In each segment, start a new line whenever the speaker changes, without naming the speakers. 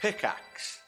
Pickaxe.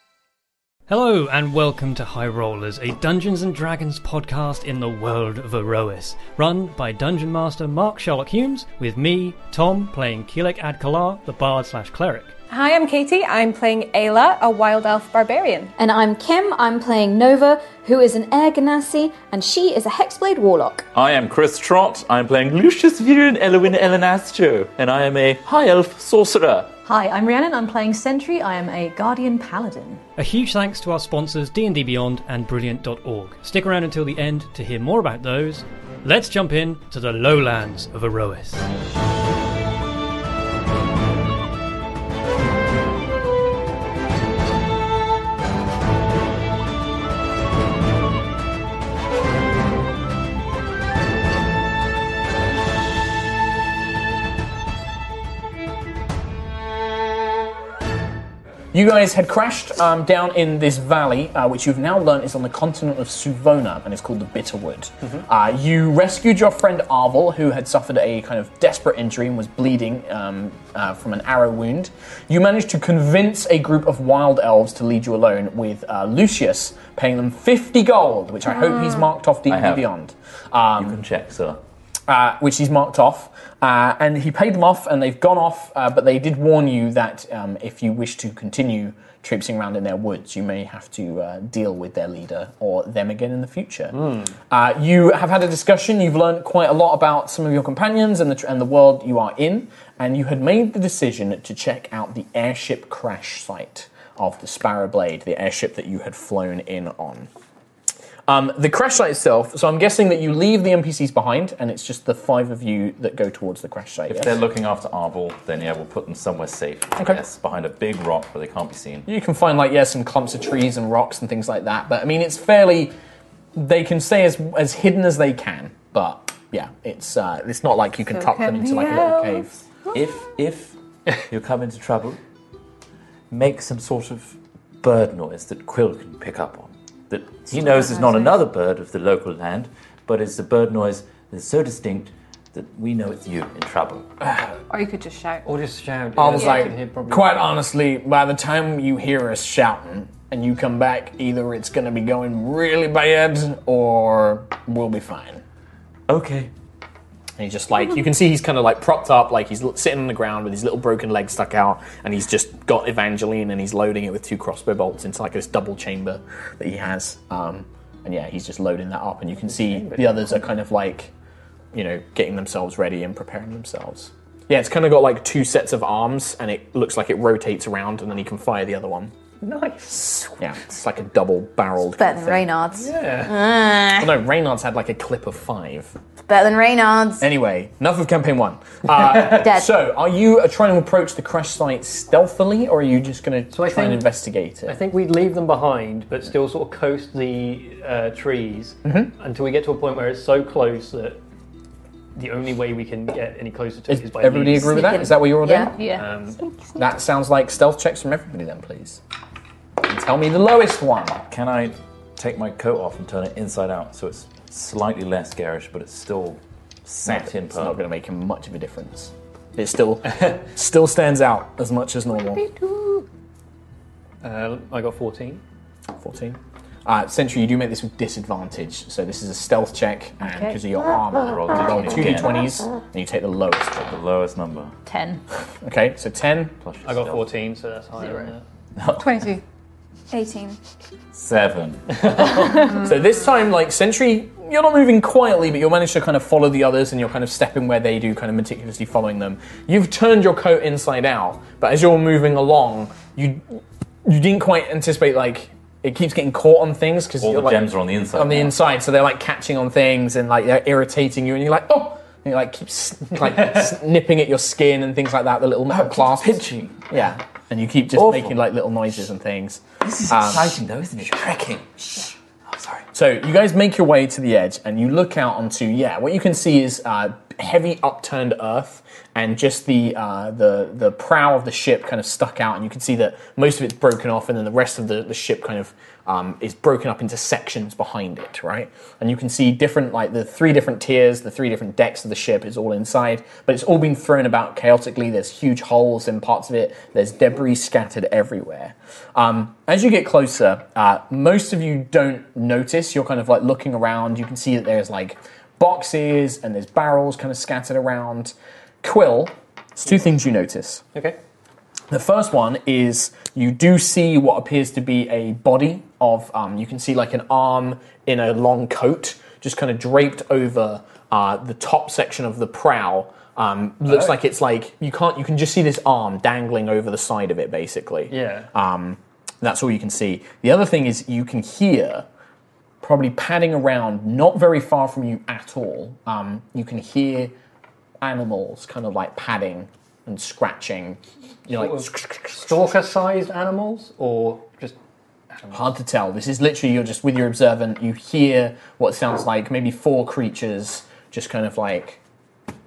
Hello and welcome to High Rollers, a Dungeons and Dragons podcast in the world of Erois, run by Dungeon Master Mark Sherlock Humes, with me, Tom, playing Keelik Adkalar, the bard slash cleric.
Hi, I'm Katie. I'm playing Ayla, a wild elf barbarian.
And I'm Kim, I'm playing Nova, who is an Air Ganassi, and she is a Hexblade Warlock.
I am Chris Trott. I'm playing Lucius Viren Elwin Elenastro, and I am a high elf sorcerer.
Hi, I'm Rhiannon. I'm playing Sentry. I am a Guardian Paladin.
A huge thanks to our sponsors D&D Beyond and Brilliant.org. Stick around until the end to hear more about those. Let's jump in to the lowlands of Erois.
You guys had crashed um, down in this valley, uh, which you've now learned is on the continent of Suvona, and it's called the Bitterwood. Uh, you rescued your friend Arvel, who had suffered a kind of desperate injury and was bleeding um, uh, from an arrow wound. You managed to convince a group of wild elves to lead you alone, with uh, Lucius paying them 50 gold, which I hope he's marked off deeply
have.
beyond. Um,
You can check, sir.
uh, which he's marked off. Uh, and he paid them off, and they've gone off. Uh, but they did warn you that um, if you wish to continue traipsing around in their woods, you may have to uh, deal with their leader or them again in the future. Uh, you have had a discussion. You've learned quite a lot about some of your companions and the tr- and the world you are in. And you had made the decision to check out the airship crash site of the Sparrow Blade, the airship that you had flown in on. Um, the crash site itself, so I'm guessing that you leave the NPCs behind and it's just the five of you that go towards the crash site.
If
yes?
they're looking after Arvel, then yeah, we'll put them somewhere safe. I
Okay.
guess, behind a big rock where they can't be seen.
You can find, like, yeah, some clumps of trees and rocks and things like that, but I mean, it's fairly. They can stay as, as hidden as they can, but yeah, it's uh, it's not like you can tuck them into like a little cave.
If if you come into trouble, make some sort of bird noise that Quill can pick up on. That he knows is not another bird of the local land, but it's a bird noise that's so distinct that we know it's you in trouble.
Or Oh, you could just shout.
Or just shout.
I was
yeah,
like,
can hear probably-
quite honestly, by the time you hear us shouting and you come back, either it's going to be going really bad or we'll be fine.
Okay.
And he's just like, you can see he's kind of like propped up, like he's l- sitting on the ground with his little broken leg stuck out, and he's just got Evangeline and he's loading it with two crossbow bolts into like this double chamber that he has. Um, and yeah, he's just loading that up, and you can see the others are kind of like, you know, getting themselves ready and preparing themselves. Yeah, it's kind of got like two sets of arms, and it looks like it rotates around, and then he can fire the other one.
nice.
Yeah, it's like a double barreled.
Better than Reynard's. Ah.
No, Reynard's had like a clip of five.
Better than Reynard's.
Anyway, enough of campaign one. Uh,
Dead.
So, are you uh, trying to approach the crash site stealthily, or are you just going to
I
try and
think-
investigate it?
I think we'd leave them behind, but still sort of coast the uh, trees until we get to a point where it's so close that the only way we can get any closer to
Is
it is by
everybody
leaves.
agree with that? Is that what you're all doing?
Yeah.
Yeah.
That sounds like stealth checks from everybody, then, please. And tell me the lowest one.
Can I take my coat off and turn it inside out so it's slightly less garish, but it's still sat in
It's not
purple?
going to make him much of a difference. It still still stands out as much as normal.
Uh, I got 14.
14. Uh, Sentry, you do make this with disadvantage, so this is a stealth check, and because of your armor, roll
Roll two d20s.
2d20s, and you take the lowest.
The lowest number.
Ten.
Okay, so 10,
Plus your
I got
stealth.
14, so that's higher. than that.
Twenty-two.
18.
Seven.
So this time, like Sentry, you're not moving quietly, but you'll manage to kind of follow the others, and you're kind of stepping where they do, kind of meticulously following them. You've turned your coat inside out, but as you're moving along, you you didn't quite anticipate like it keeps getting caught on things because
All the
like,
gems are on the inside.
on the
now.
inside, so they're like catching on things and like they're irritating you, and you're like, oh. And you like keep s- like nipping at your skin and things like that. The little metal clasps.
Pinching.
Yeah, and you keep just
Awful.
making like little noises and things.
This is exciting though, isn't it? Trekking. Shh. Oh, sorry.
So you guys make your way to the edge, and you look out onto yeah. What you can see is uh, heavy upturned earth, and just the uh, the the prow of the ship kind of stuck out, and you can see that most of it's broken off, and then the rest of the, the ship kind of um, is broken up into sections behind it, right? And you can see different like the three different tiers, the three different decks of the ship is all inside, but it's all been thrown about chaotically. There's huge holes in parts of it. There's debris scattered everywhere. Um, as you get closer, uh, most of you don't notice. You're kind of like looking around. You can see that there's like boxes and there's barrels kind of scattered around. Quill, it's two things you notice.
Okay.
The first one is you do see what appears to be a body of, um, you can see like an arm in a long coat, just kind of draped over uh, the top section of the prow. Um, looks like it's like you can't. You can just see this arm dangling over the side of it, basically.
Yeah.
Um, that's all you can see. The other thing is you can hear, probably padding around, not very far from you at all. Um, you can hear animals kind of like padding and scratching. You know, like
Stalker-sized animals, or just
hard to tell. This is literally you're just with your observant. You hear what sounds like maybe four creatures just kind of like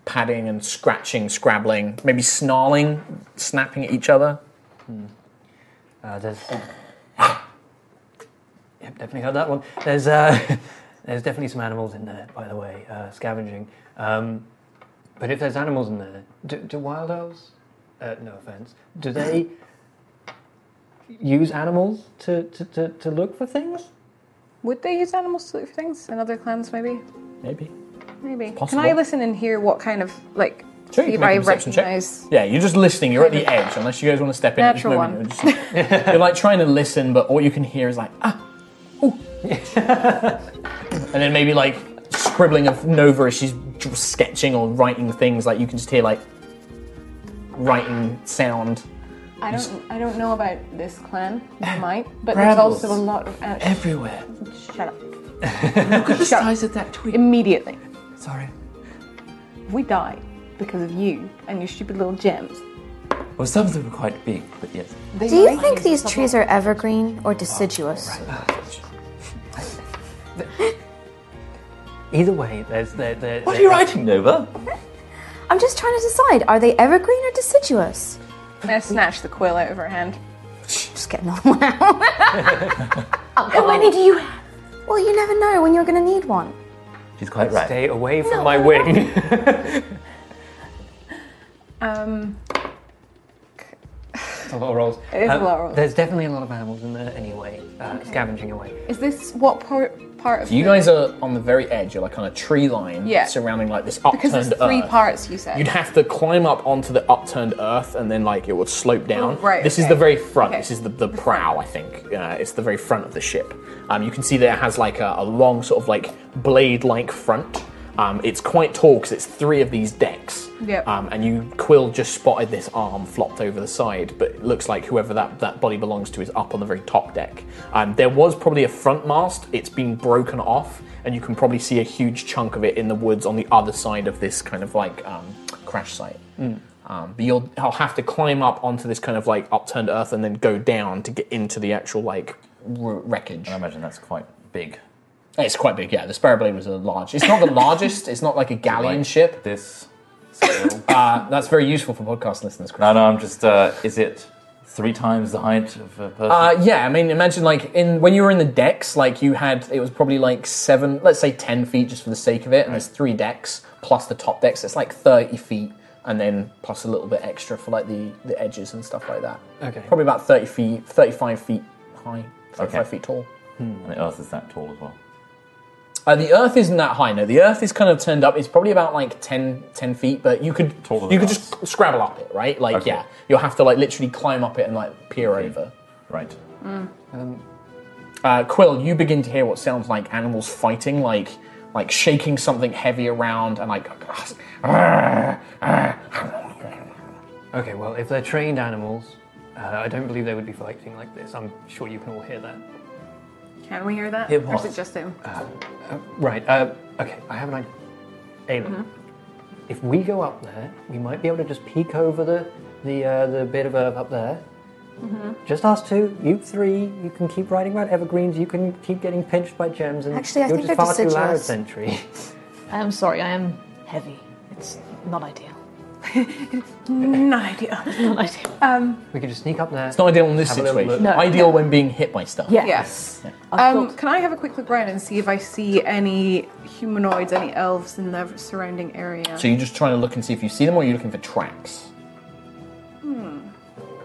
padding and scratching, scrabbling, maybe snarling, snapping at each other.
Uh, there's yep, definitely heard that one. There's uh, there's definitely some animals in there, by the way, uh, scavenging. Um, but if there's animals in there, do, do wild elves? Uh, no offense. Do they use animals to, to, to, to look for things?
Would they use animals to look for things in other clans? Maybe.
Maybe.
Maybe.
possible.
Can I listen and hear what kind of like?
Sure, you
see
can
if
make a
I
perception check.
recognize.
Yeah, you're just listening. You're at the edge, unless you guys want to step in. at this
Natural
moment. You're, just- you're like trying to listen, but all you can hear is like ah, ooh, and then maybe like scribbling of Nova as she's dr- sketching or writing things. Like you can just hear like writing sound.
I don't. I don't know about this clan. You might, but
Brambles.
there's also a lot of. Uh,
Everywhere.
shut up. shut up.
of that tweet.
Immediately.
Sorry.
If we die because of you and your stupid little gems,
Well, some of them are quite big, but yes.
Do you think these trees are evergreen or deciduous?
Either way, there's there, there,
What are you writing, Nova?
I'm just trying to decide are they evergreen or deciduous?
I snatch the quill out of her hand.
Just get another one out. How many do you have? Well, you never know when you're going to need one.
She's quite right.
Stay away from my wing.
Um,
It's a lot of rolls. Um,
It is a lot of rolls.
There's definitely a lot of animals in there anyway, uh, scavenging away.
is this what part part of?
You
the-
guys are on the very edge. You're like on a tree line
Yeah.
surrounding like this
Because
upturned
there's three
earth.
parts. You said.
You'd have to climb up onto the upturned earth, and then like it would slope down.
Oh, right,
This is
okay.
the very front.
Okay.
This is the, the prow, I think. Uh, it's the very front of the ship. Um, you can see that it has like a, a long sort of like blade-like front. Um, it's quite tall because it's three of these decks.
Yep.
Um, and you Quill just spotted this arm flopped over the side, but it looks like whoever that, that body belongs to is up on the very top deck. Um, there was probably a front mast. It's been broken off, and you can probably see a huge chunk of it in the woods on the other side of this kind of like um, crash site. Um, but you'll I'll have to climb up onto this kind of like upturned earth and then go down to get into the actual like wr- wreckage.
I imagine that's quite big.
Um, It's quite big, yeah. The Sparrow Blade was a large. It's not the largest. It's not like a galleon
Like
ship.
This. scale. Ah.
Uh, that's very useful for podcast listeners. Chris.
no, no, I'm just. Uh, is it three times the height of a person?
Uh, yeah, I mean, imagine like in when you were in the decks, like you had it was probably like seven, let's say ten feet, just for the sake of it. And there's three decks plus the top decks. It's like thirty feet, and then plus a little bit extra for like the the edges and stuff like that.
Okay.
Probably about thirty feet, thirty-five feet high, thirty-five
Okay.
feet tall.
and the Earth is that tall as well.
Uh, the Earth isn't that high. No, the Earth is kind of turned up. It's probably about like 10, 10 feet, but you could
Taller than
you could
us.
just scrabble up it, right? Like,
Okay.
yeah, you'll have to like literally climb up it and like peer
Okay.
over.
Right.
Uh, Quill, you begin to hear what sounds like animals fighting, like like shaking something heavy around, and like
Okay, well, if they're trained animals, uh, I don't believe they would be fighting like this. I'm sure you can all hear that.
Can we hear that?
It
Or is
was.
it just him?
Right. Uh, okay, I have an idea. Aiden,
Mm-hmm.
if we go up there, we might be able to just peek over the the uh, the bit of herb up there.
Mm-hmm.
Just us two, you three. You can keep writing about evergreens. You can keep getting pinched by gems, and
Actually, I
you're
think
just
they're
far too loud,
deciduous.
Sentry.
I'm sorry, I am heavy. It's not ideal.
No idea.
Not ideal.
We could just sneak up there.
It's not ideal in this
Have a little
situation.
look.
No,
ideal when being hit by stuff.
Yes.
Yes.
I
Um,
thought-
can I have a quick look around and see if I see any humanoids, any elves in the surrounding area?
So you're just trying to look and see if you see them, or you're looking for tracks.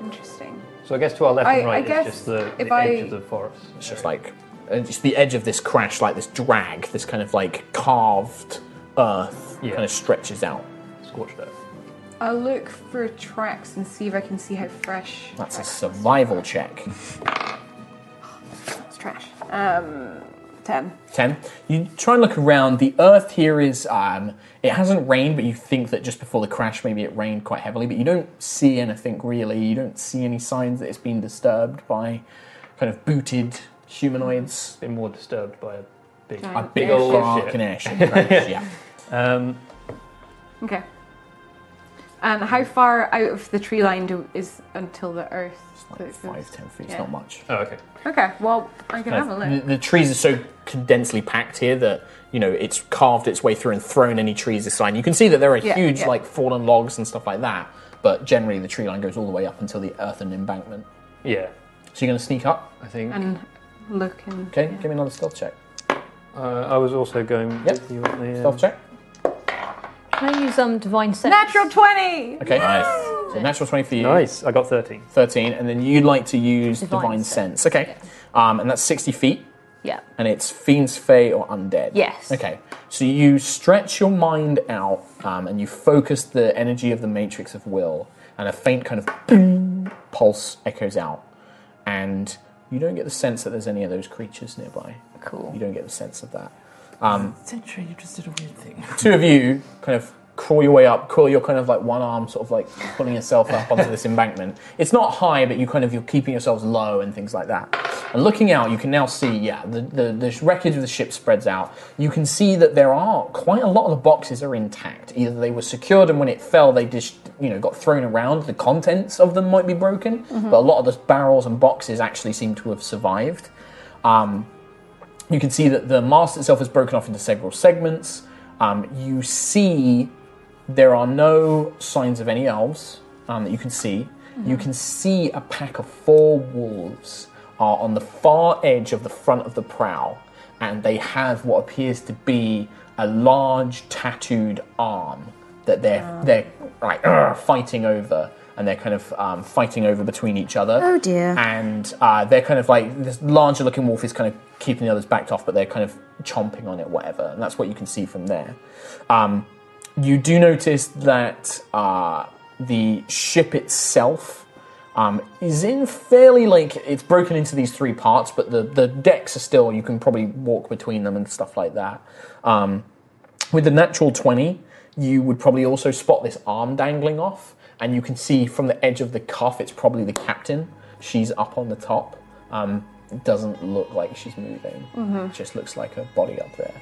Interesting.
So I guess to our left
I-
and
I
right
guess
is just the,
if
the edge
I-
of the forest.
It's just like uh, just the edge of this crash, like this drag, this kind of like carved earth
Yeah.
kind of stretches out.
Scorched earth.
I'll look for tracks and see if I can see how fresh.
That's a survival check.
That's trash. Um, ten.
Ten. You try and look around. The earth here is um, it hasn't rained, but you think that just before the crash, maybe it rained quite heavily. But you don't see anything really. You don't see any signs that it's been disturbed by kind of booted humanoids.
Been more disturbed by a big.
A big
Airship.
old airship crash. Yeah.
Um,
Okay. And how far out of the tree line do, is until the earth? that
Like
it
five,
goes?
ten feet. It's
Yeah.
not much.
oh, okay.
Okay. Well, I can have a
The,
look.
the trees are so condensely packed here that you know it's carved its way through and thrown any trees aside. You can see that there are
Yeah,
huge
yeah.
like fallen logs and stuff like that, but generally the tree line goes all the way up until the earthen embankment.
Yeah,
So you're going to sneak up.
I think.
And look and.
Okay, give me another stealth check.
Uh, I was also going
Yep.
with you on the. um,
Stealth check.
Can I use um, divine sense?
Natural twenty.
Okay.
Nice.
So natural twenty for you.
Nice, I got 13.
13, and then you'd like to use divine,
Divine
sense. Okay. Um, and that's 60 feet.
Yeah.
and it's fiends, fey, or undead.
Yes.
Okay. So you stretch your mind out, um, and you focus the energy of the matrix of will, and a faint kind of boom pulse echoes out, and you don't get the sense that there's any of those creatures nearby.
Cool.
You don't get the sense of that.
Century, you just did a weird thing.
Two of you kind of crawl your way up, crawl your kind of like one arm, sort of like pulling yourself up onto this embankment. It's not high, but you kind of you're keeping yourselves low and things like that. And looking out, you can now see, yeah, the, the, the wreckage of the ship spreads out. You can see that there are quite a lot of the boxes are intact. Either they were secured and when it fell, they just you know got thrown around. The contents of them might be broken, but a lot of the barrels and boxes actually seem to have survived. Um, you can see that the mast itself is broken off into several segments. Um, you see there are no signs of any elves um, that you can see.
Mm-hmm.
You can see a pack of four wolves are on the far edge of the front of the prow, and they have what appears to be a large tattooed arm that they're they're like "Argh," fighting over, and they're kind of um, fighting over between each other.
Oh, dear.
And uh, they're kind of like this larger looking wolf is kind of keeping the others backed off, but they're kind of chomping on it, whatever. And that's what you can see from there. Um, you do notice that uh, the ship itself um, is in fairly like it's broken into these three parts, but the the decks are still you can probably walk between them and stuff like that. Um, with the natural 20, you would probably also spot this arm dangling off, and you can see from the edge of the cuff, it's probably the captain. She's up on the top. Um, it doesn't look like she's moving, it just looks like her body up there.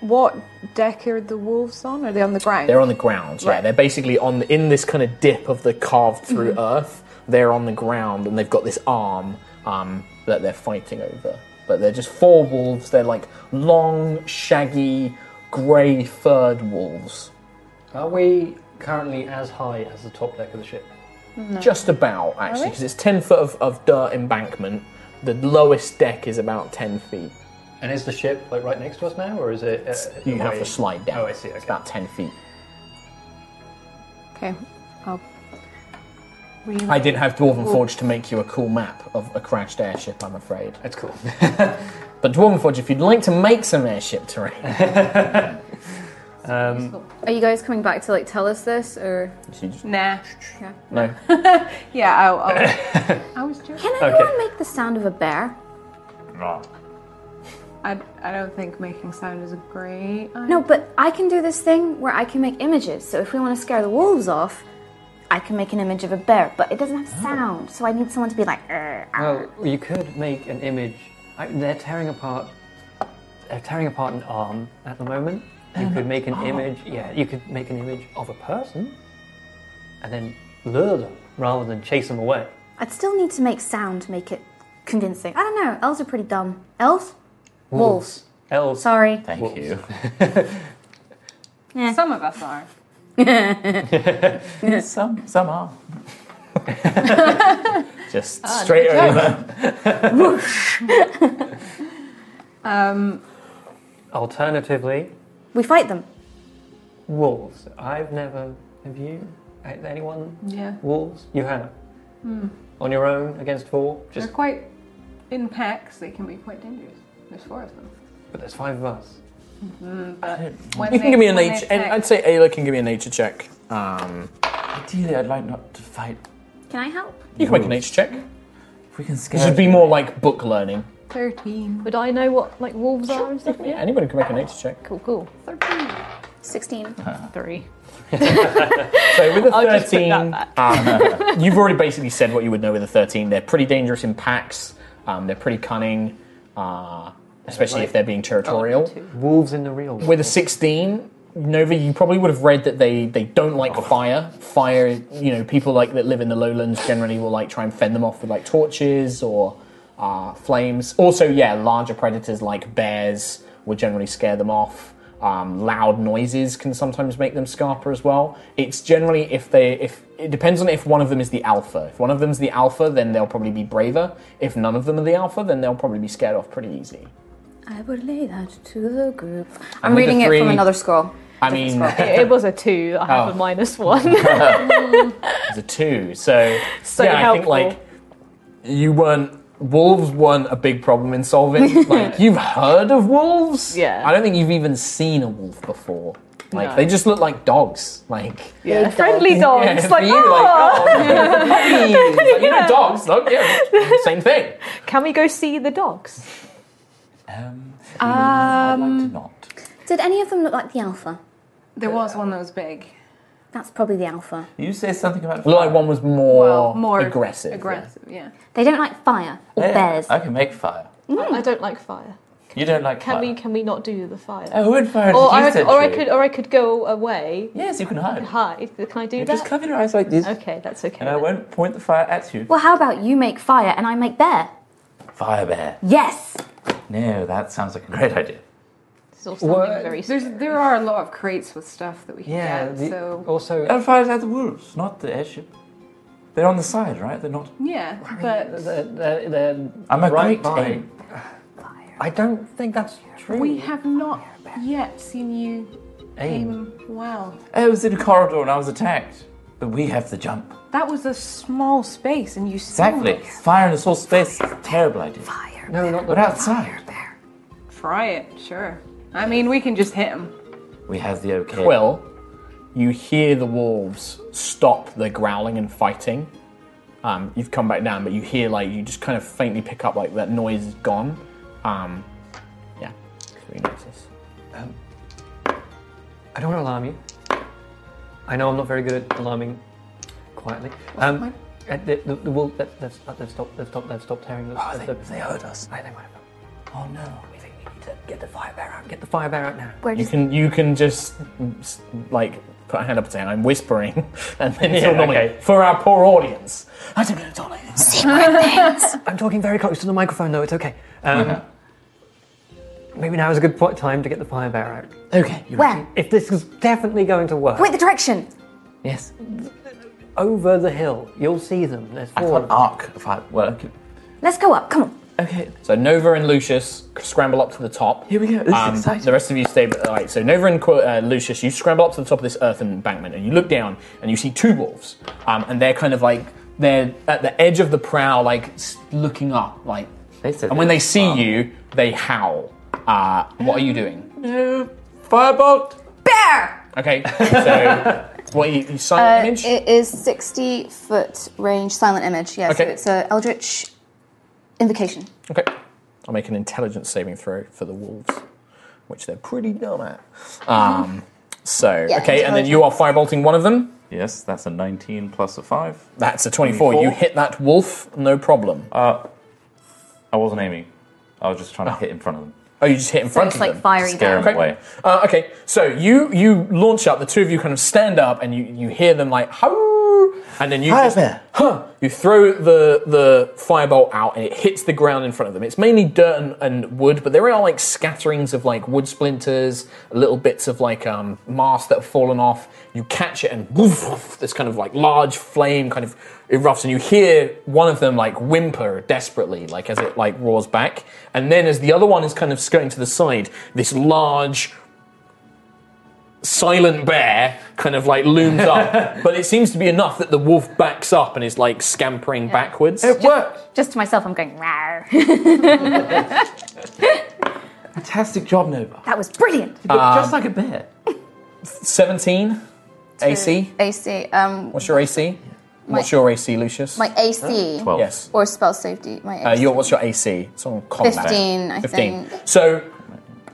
What deck are the wolves on? Are they on the ground?
They're on the ground, yeah.
Right.
They're basically on in this kind of dip of the carved through earth. They're on the ground and they've got this arm um, that they're fighting over. But they're just four wolves. They're like long, shaggy, grey furred wolves.
Are we currently as high as the top deck of the ship?
Just about, actually, because it's 10 foot of, of dirt embankment. The lowest deck is about 10 feet.
And is the ship like right next to us now, or is it? Uh,
You have
away?
to slide down.
Oh, I see.
It's
Okay.
about 10 feet.
Okay. I'll. Really?
I didn't have Dwarven Forge to make you a cool map of a crashed airship, I'm afraid.
That's cool.
But Dwarven Forge, if you'd like to make some airship terrain,
Are you guys coming back to like tell us this or?
So you just-
Nah.
no.
Yeah. I'll, I'll... I was joking.
Can anyone make the sound of a bear?
No.
I, I don't think making sound is a great. idea.
No, but I can do this thing where I can make images. So if we want to scare the wolves off, I can make an image of a bear, but it doesn't have sound. So I need someone to be like, "Arr, arr."
well, you could make an image. I, they're tearing apart. They're tearing apart an arm at the moment.
Uh-huh.
You could make an
Oh.
image. Yeah, you could make an image of a person, and then lure them rather than chase them away.
I'd still need to make sound to make it convincing. I don't know. Elves are pretty dumb. Elves? Wolves.
Elves.
Sorry.
Thank you.
Yeah.
Some of us are.
Some, some are. Just
Ah,
straight
no
over.
Um,
Alternatively,
We fight them.
wolves. I've never. Have you? Anyone?
yeah.
Wolves? You have. On your own against four? Just.
They're quite in packs. They can be quite dangerous. There's four of them.
Mm-hmm.
But there's five of us.
When
You can
they-
give me a
when they
nature. And
attack-
I'd say Ayla can give me a nature check. Um,
Ideally, I'd like not to fight.
Can I help?
you can make a nature check.
If we can scare.
This would be more like book learning.
Thirteen.
Would I know what like wolves are and stuff?
Yeah, anybody can make a nature check.
Cool, cool.
16.
Three.
So with a
I'll just put
13,
that
um, you've already basically said what you would know with a 13. They're pretty dangerous in packs. Um, they're pretty cunning, uh, especially if they're being territorial.
Wolves in the real world.
With a 16, Nova, you probably would have read that they, they don't like fire. Fire, you know, people like that live in the lowlands generally will like try and fend them off with like torches or uh, flames. Also, yeah, larger predators like bears will generally scare them off. Um, loud noises can sometimes make them scarper as well. It's generally if they if it depends on if one of them is the alpha. If one of them's the alpha, then they'll probably be braver. If none of them are the alpha, then they'll probably be scared off pretty easy.
I would lay that to the group. I'm
with a
reading it
three-
from another scroll.
I mean,
It, it was a two. I have
Oh.
a minus one.
It's a two. So,
So
yeah,
helpful.
I think like you weren't wolves weren't a big problem in solving. like you've heard of wolves.
Yeah.
I don't think you've even seen a wolf before. Like
No.
they just look like dogs. Like
yeah.
Big
Friendly
yeah,
dogs.
for
like,
you,
"Ah,
like, oh, puppies. Like, you know dogs. Look, yeah, same thing.
can we go see the dogs?
Um, I'd like
Um,
to not.
Did any of them look like the alpha?
There was one that was big.
That's probably the alpha.
You say something about.
Looked like one was more,
Well, more
aggressive.
Aggressive, yeah.
They don't like fire or
Yeah,
bears.
I can make fire.
I don't like fire.
You don't like
Can
fire.
we can we not do the fire?
Oh, who would fire?
or
did you
I,
set
or I
to?
could or I could go away
Yes, you can hide.
and hide. Can I do
You
that?
just cover your eyes like this,
Okay, that's okay.
and I
then.
won't point the fire at you.
Well, how about you make fire and I make bear?
Fire bear.
Yes!
No, that sounds like a great idea.
This is all sounding
What?
very
There's there are a lot of crates with stuff that we can
yeah,
get.
the- oh,
so
also.
Uh,
Hellfires at the wolves, not the airship. They're on the side, right? They're not.
yeah, but
they're- they're- they're
I'm a great
right by-
aim.
I don't think that's true.
we have
Oh,
not yet seen you
aim.
aim well.
I was in a corridor and I was attacked. But we have the jump.
That was a small space, and you
Exactly.
still
Fire in this whole space. Terrible idea.
No, not the
But outside,
try it. Sure. I mean, we can just hit him.
we have the okay.
Quill, you hear the wolves stop the growling and fighting. Um, you've come back down, but you hear like you just kind of faintly pick up like that noise is gone. Um, yeah, three noises.
I don't want to alarm you. I know I'm not very good at alarming quietly. Um, uh, the, the, the wolf, let, let's, let's stop, let's stop, let's stop tearing. Let's,
Oh, they,
let's-
they heard us.
I think might have-
Oh no.
we think we need to get the fire bear out. Get the fire bear out now.
Where
You
does
can you can just s- like put a hand up and say I'm whispering, and then it's
Yeah,
all normally-
okay.
for our poor audience. I don't know.
I'm talking very close to the microphone, though. It's okay. Um,
Mm-hmm.
maybe now is a good po- time to get the fire bear out.
Okay, you
Where?
If this is definitely going to work,
Wait, the direction!
yes, over the hill, you'll see them. There's
I
four.
can't
of them.
arc. If I, well, okay.
Let's go up, come on.
okay.
So Nova and Lucius scramble up to the top. Um,
Here we go. This is exciting.
The rest of you stay. All right. So Nova and Qu- uh, Lucius, you scramble up to the top of this earthen embankment, and you look down, and you see two wolves, um, and they're kind of like they're at the edge of the prow, like s- looking up, like.
They said
and when
they-
they see
wow.
you, they howl. Uh, what are you doing?
No. Firebolt.
Bear!
Okay. So what you, you
Uh,
silent image?
it is 60 foot range silent image, yeah,
Okay.
so it's a Eldritch invocation.
Okay. I'll make an intelligence saving throw for the wolves, which they're pretty dumb at. Um, so,
Yeah,
okay, and then you are firebolting one of them.
Yes, that's a 19 plus a 5.
That's a 24.
24.
You hit that wolf, no problem.
I wasn't aiming. I was just trying to hit in front of them.
oh, you just hit in
So
front
it's
of
like
them.
fiery
Scare
down.
him away.
Uh, okay, so you you launch up. The two of you kind of stand up, and you you hear them like "How!" and then you
Hi
just,
there.
huh, you throw the the firebolt out, and it hits the ground in front of them. It's mainly dirt and, and wood, but there are like scatterings of like wood splinters, little bits of like um, mast that have fallen off. You catch it, and woof, woof, this kind of like large flame kind of erupts, and you hear one of them like whimper desperately, like as it like roars back, and then as the other one is kind of skirting to the side, this large silent bear kind of like looms up, but it seems to be enough that the wolf backs up and is like scampering backwards.
It worked.
Just to myself, I'm going, rawr.
Fantastic job, Nova.
that was brilliant.
You
Um,
look just like a bear.
17 AC.
AC. Um,
What's your AC? What's your AC, Lucius?
my AC.
Well,
yes.
Or spell safety. My
Uh,
AC.
your, what's your AC? It's on combat.
15, I think.
So,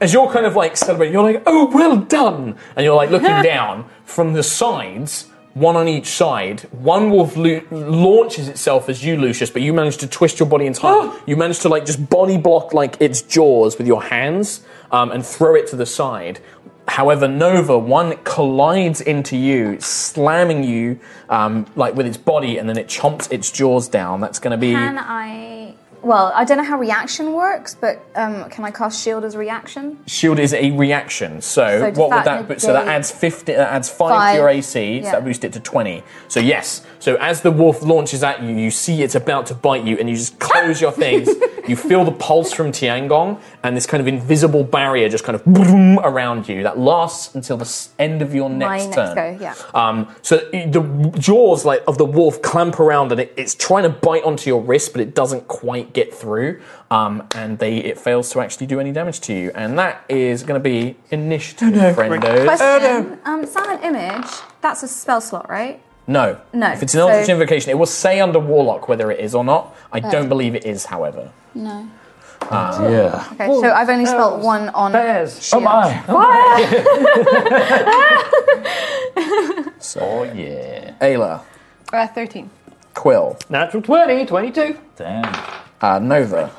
as you're kind of like celebrating, you're like, oh, well done. And you're like looking down from the sides, one on each side. One wolf lo- launches itself as you, Lucius, but you manage to twist your body in time. you manage to like just body block like its jaws with your hands um, and throw it to the side. However, Nova, one collides into you, slamming you um, like with its body, and then it chomps its jaws down. That's going to be.
Can I? Well, I don't know how reaction works, but um, can I cast shield as a reaction?
Shield is a reaction, so,
So does
what would
that
that? But so that
negate-
adds fifty. That adds five, to
Five,
your AC. So
yeah.
that boosts it to twenty. So yes. So as the wolf launches at you, you see it's about to bite you, and you just close your things. you feel the pulse from Tiangong, and this kind of invisible barrier just kind of boom around you that lasts until the s- end of your
My
next
next
turn.
go, yeah.
Um, so the jaws like of the wolf clamp around, and it, it's trying to bite onto your wrist, but it doesn't quite get through, um, and they it fails to actually do any damage to you. And that is going to be initiative, friendos.
Question. Um, silent image. That's a spell slot, right?
No,
No,
If it's an eldritch
so-
invocation, it will say under warlock whether it is or not. I don't believe it is, however. Um,
No.
yeah.
Okay, so I've only spelt one on.
Bears.
Oh my.
So
Oh yeah.
Ayla,
Uh, 13.
Quill,
Natural 20, 22.
Damn.
uh, Nova,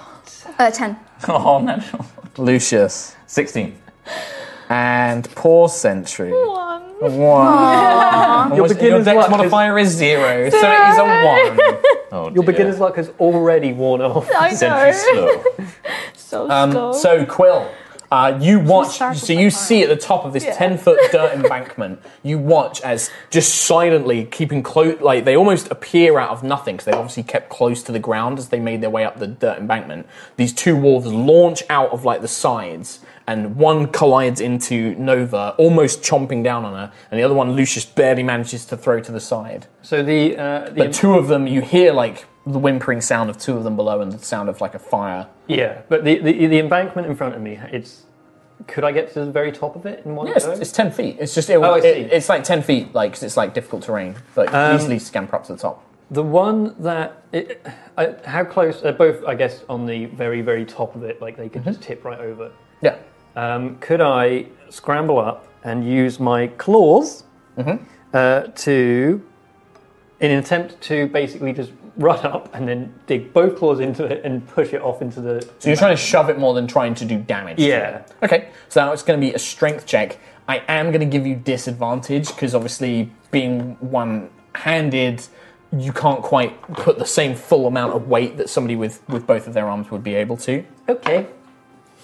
Uh,
Ah,
Ten.
Oh, natural.
Lucius,
Sixteen.
and poor Sentry. One. Your,
beginner's
dex
luck is-
modifier is zero, so it is a one.
Oh,
Your beginner's luck has already worn off.
Sentry slow.
Um, so Quill, uh, you watch. So you see at the top of this ten-foot dirt embankment, you watch as just silently keeping close, like they almost appear out of nothing because they obviously kept close to the ground as they made their way up the dirt embankment. These two wolves launch out of like the sides, and one collides into Nova, almost chomping down on her, and the other one Lucius barely manages to throw to the side.
So the, uh, the
But two of them, you hear like the whimpering sound of two of them below, and the sound of like a fire.
yeah, but the, the the embankment in front of me. It's could I get to the very top of it in one
Yeah, it's,
go?
it's ten feet. It's just it,
Oh, I see.
it- it's like ten feet, like 'cause it's like difficult terrain, but
Um,
easily scamper up to the top.
The one that it, I, how close? They're both, I guess, on the very very top of it. Like they could just tip right over.
Yeah,
Um, could I scramble up and use my claws uh, to, in an attempt to basically just run up and then dig both claws into it and push it off into the.
so you're trying to shove it more than trying to do damage. to
Yeah.
it. Okay, so now it's going to be a strength check. I am going to give you disadvantage because obviously being one-handed, you can't quite put the same full amount of weight that somebody with with both of their arms would be able to.
Okay.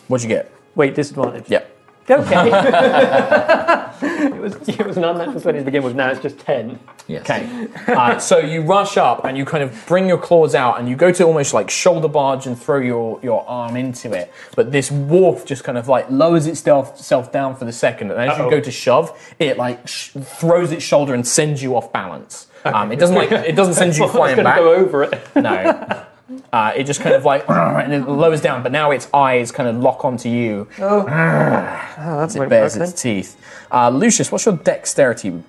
What'd you get?
Wait, disadvantage.
Yeah.
Okay. it was it was an unnatural twenty to begin with. Now it's just ten.
Yes.
Okay. Uh, so you rush up and you kind of bring your claws out and you go to almost like shoulder barge and throw your, your arm into it. But this wolf just kind of like lowers itself self down for the second. And as you
Uh-oh.
go to shove, it like sh- throws its shoulder and sends you off balance. Um, it doesn't like it doesn't send you
Well, I was
flying
going to
back.
go over it.
No. Uh, it just kind of like and it lowers down, but now its eyes kind of lock onto you. Oh, Ah, that's it
went
bears
broken.
its teeth. Uh, Lucius, what's your dexterity?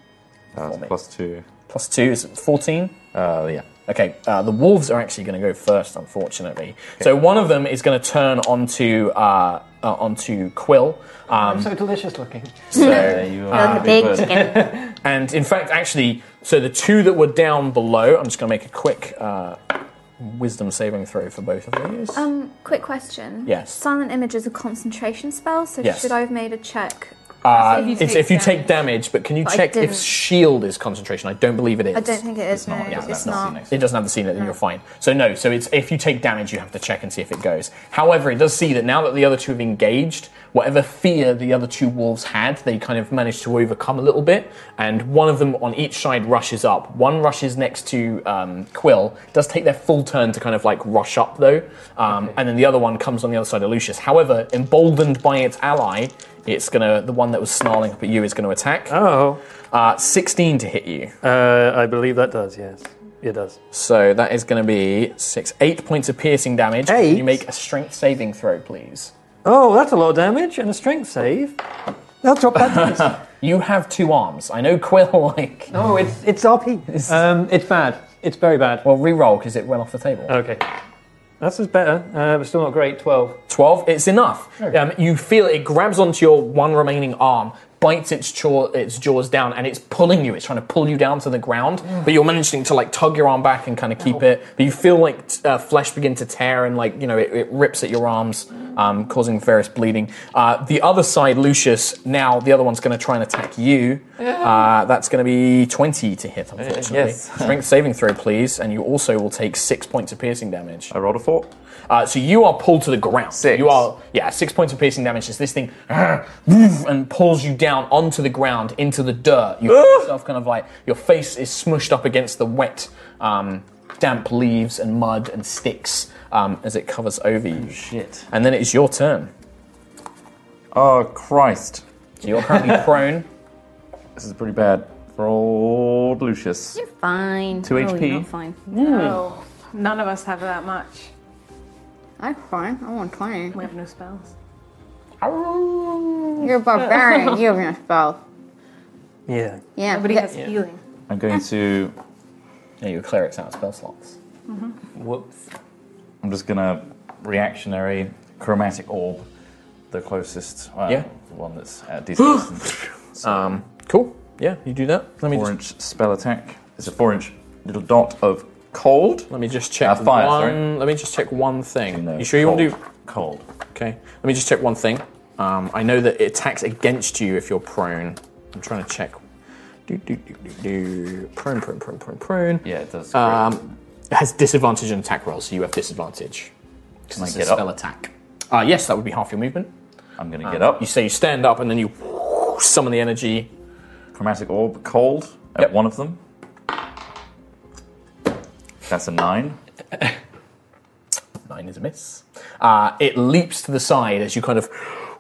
That's plus two.
Plus two is it fourteen?
Uh, yeah.
Okay, uh, the wolves are actually going to go first, unfortunately. So one of them is going to turn onto uh, uh, onto Quill, um,
so delicious looking.
There you are.
Big chicken.
and in fact, actually, so the two that were down below, I'm just going to make a quick uh, wisdom saving throw for both of these.
Um, quick question.
Yes.
Silent image is a concentration spell, so
Yes.
should I have made a check
Uh,
If you
it's
take
if you
damage.
take damage, but can you
I
check if
didn't.
shield is concentration? I don't believe it is.
I don't think it is. no,
yeah,
it's
that's
not.
It doesn't have the scene, then you're fine. So no, so it's if you take damage, you have to check and see if it goes. However, it does see that now that the other two have engaged, whatever fear the other two wolves had, they kind of managed to overcome a little bit. And one of them on each side rushes up. One rushes next to um, Quill, does take their full turn to kind of like rush up though, um, and then the other one comes on the other side of Lucius. However, emboldened by its ally, it's gonna the one that was snarling up at you is gonna attack.
Oh,
Uh, 16 to hit you.
uh, I believe that does. Yes, it does.
So that is going to be six, eight points of piercing damage. Can
Eight?
You make a strength saving throw, please.
Oh, that's a lot of damage and a strength save. That's what that is.
You have two arms. I know Quill like.
Oh.
No, Oh, it's it's RP. Um, it's bad. It's very bad.
Well, re-roll because it went off the table.
Okay, that's is better, uh, but still not great. Twelve.
Twelve. It's enough. Um, you feel it grabs onto your one remaining arm, bites its jaw, its jaws down, and it's pulling you. It's trying to pull you down to the ground, but you're managing to like tug your arm back and kind of keep it. But you feel like t- uh, flesh begin to tear, and like you know, it, it rips at your arms, um, causing various bleeding. Uh, the other side, Lucius. Now the other one's going to try and attack you. Uh, that's going to be twenty to hit. Unfortunately,
yes.
strength saving throw, please, and you also will take six points of piercing damage.
I rolled a four.
Uh, so you are pulled to the ground.
Six.
You are yeah, six points of piercing damage. As this thing woof, and pulls you down onto the ground into the dirt. You feel yourself kind of like your face is smushed up against the wet, um, damp leaves and mud and sticks um, as it covers over you.
Shit.
And then it is your turn.
Oh, Christ.
So you're currently prone.
This is pretty bad for old Lucius.
You're fine.
Two
Oh,
HP.
You're not fine.
Oh, none of us have that much.
I'm fine. I'm on 20.
We have no spells.
You're a barbarian. you have your spell.
Yeah.
Yeah.
Nobody
yeah.
has healing.
I'm going to.
Yeah, your cleric's out of spell slots.
Mm-hmm.
Whoops.
I'm just going to reactionary chromatic orb, the closest. Uh,
Yeah.
The one that's at decent distance.
Um, cool. Yeah, you do that. Let me
four
just,
inch spell attack. It's a four inch little dot of cold.
let me just check
Uh, fire,
one.
sorry.
Let me just check one thing.
No,
you sure you want to do?
cold. Cold.
Okay, let me just check one thing. Um, I know that it attacks against you if you're prone. I'm trying to check. Do, do, do, do, do. Prone, prone, prone, prone, prone.
Yeah, it does.
Um, it has disadvantage on attack rolls, so you have disadvantage. Because
I
it's a
get up?
spell attack. Uh, yes, that would be half your movement.
I'm going to get up.
You say you stand up and then you summon the energy.
Chromatic orb, cold at
Yep.
one of them. That's a nine.
Nine is a miss. Uh, it leaps to the side as you kind of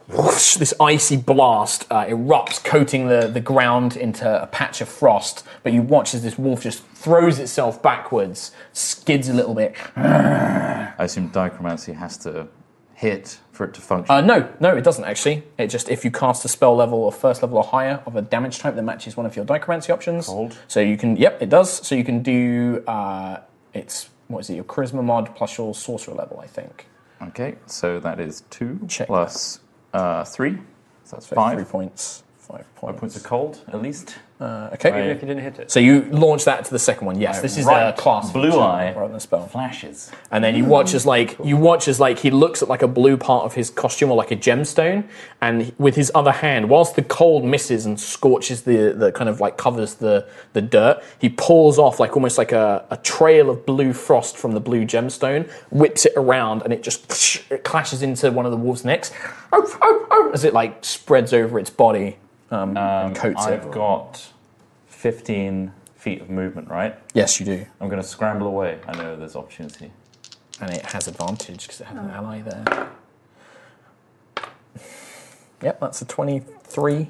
whoosh, this icy blast uh, erupts, coating the, the ground into a patch of frost. But you watch as this wolf just throws itself backwards, skids a little bit.
I assume dichromancy has to hit for it to function.
Uh, no, no, it doesn't actually. It just if you cast a spell level or first level or higher of a damage type that matches one of your dichromancy options.
Cold.
So you can, yep, it does. So you can do uh, it's what is it? Your charisma mod plus your sorcerer level, I think.
okay, so that is two
Check.
plus uh, three. So that's
So
five.
three points. Five points.
points of cold, at least.
Uh, okay.
Right.
If you didn't hit it.
So you launch that to the second one. Yes, this is
Right.
a class
Blue
feature
eye.
rather than a spell.
Flashes.
And then you watch as like you watch as like he looks at like a blue part of his costume or like a gemstone, and he- with his other hand, whilst the cold misses and scorches the the kind of like covers the the dirt, he pulls off like almost like a, a trail of blue frost from the blue gemstone, whips it around, and it just it clashes into one of the wolf's necks, oh, as it like spreads over its body um, and coats
I've
it.
got 15 feet of movement, right?
yes, you do,
I'm going to scramble away. I know there's opportunity.
and it has advantage because it has an ally there. Yep, that's a twenty-three.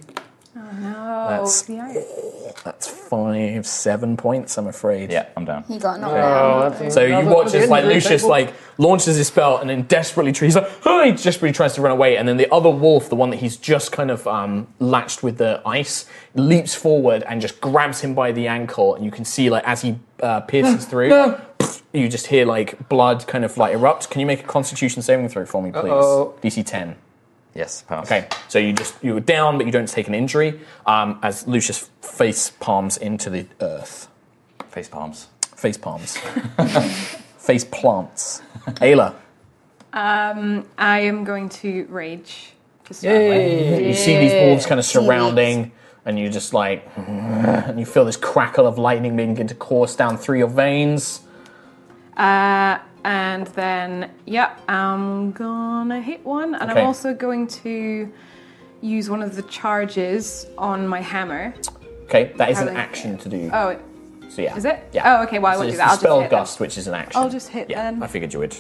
No,
That's-
the ice.
That's five, seven points, I'm afraid.
Yeah, I'm down.
Hmm.
He got knocked down.
So you watch as like Lucius like launches his spell and then desperately tries, he's like, "Huh," he desperately tries to run away, and then the other wolf, the one that he's just kind of um, latched with the ice, leaps forward and just grabs him by the ankle, and you can see like as he uh, pierces through, you just hear like blood kind of like erupt. Can you make a Constitution saving throw for me, please?
Uh-oh.
DC ten.
Yes, pass.
Okay, so you just you're down, but you don't take an injury um, as Lucius face palms into the earth.
Face palms.
Face palms. Face plants. Ayla.
Um, I am going to rage
You see these wolves kind of surrounding, and you're just like, and you feel this crackle of lightning begin to course down through your veins.
Uh, and then, yeah, I'm gonna hit one, and
Okay.
I'm also going to use one of the charges on my hammer.
Okay, that is an
Having-
action to do.
Oh,
so yeah,
is it?
Yeah.
Oh, okay, well, I
so
won't
it's
do
the
that. I'll just
spell
hit then.
gust, which is an action.
I'll just hit
yeah,
then.
I figured you would.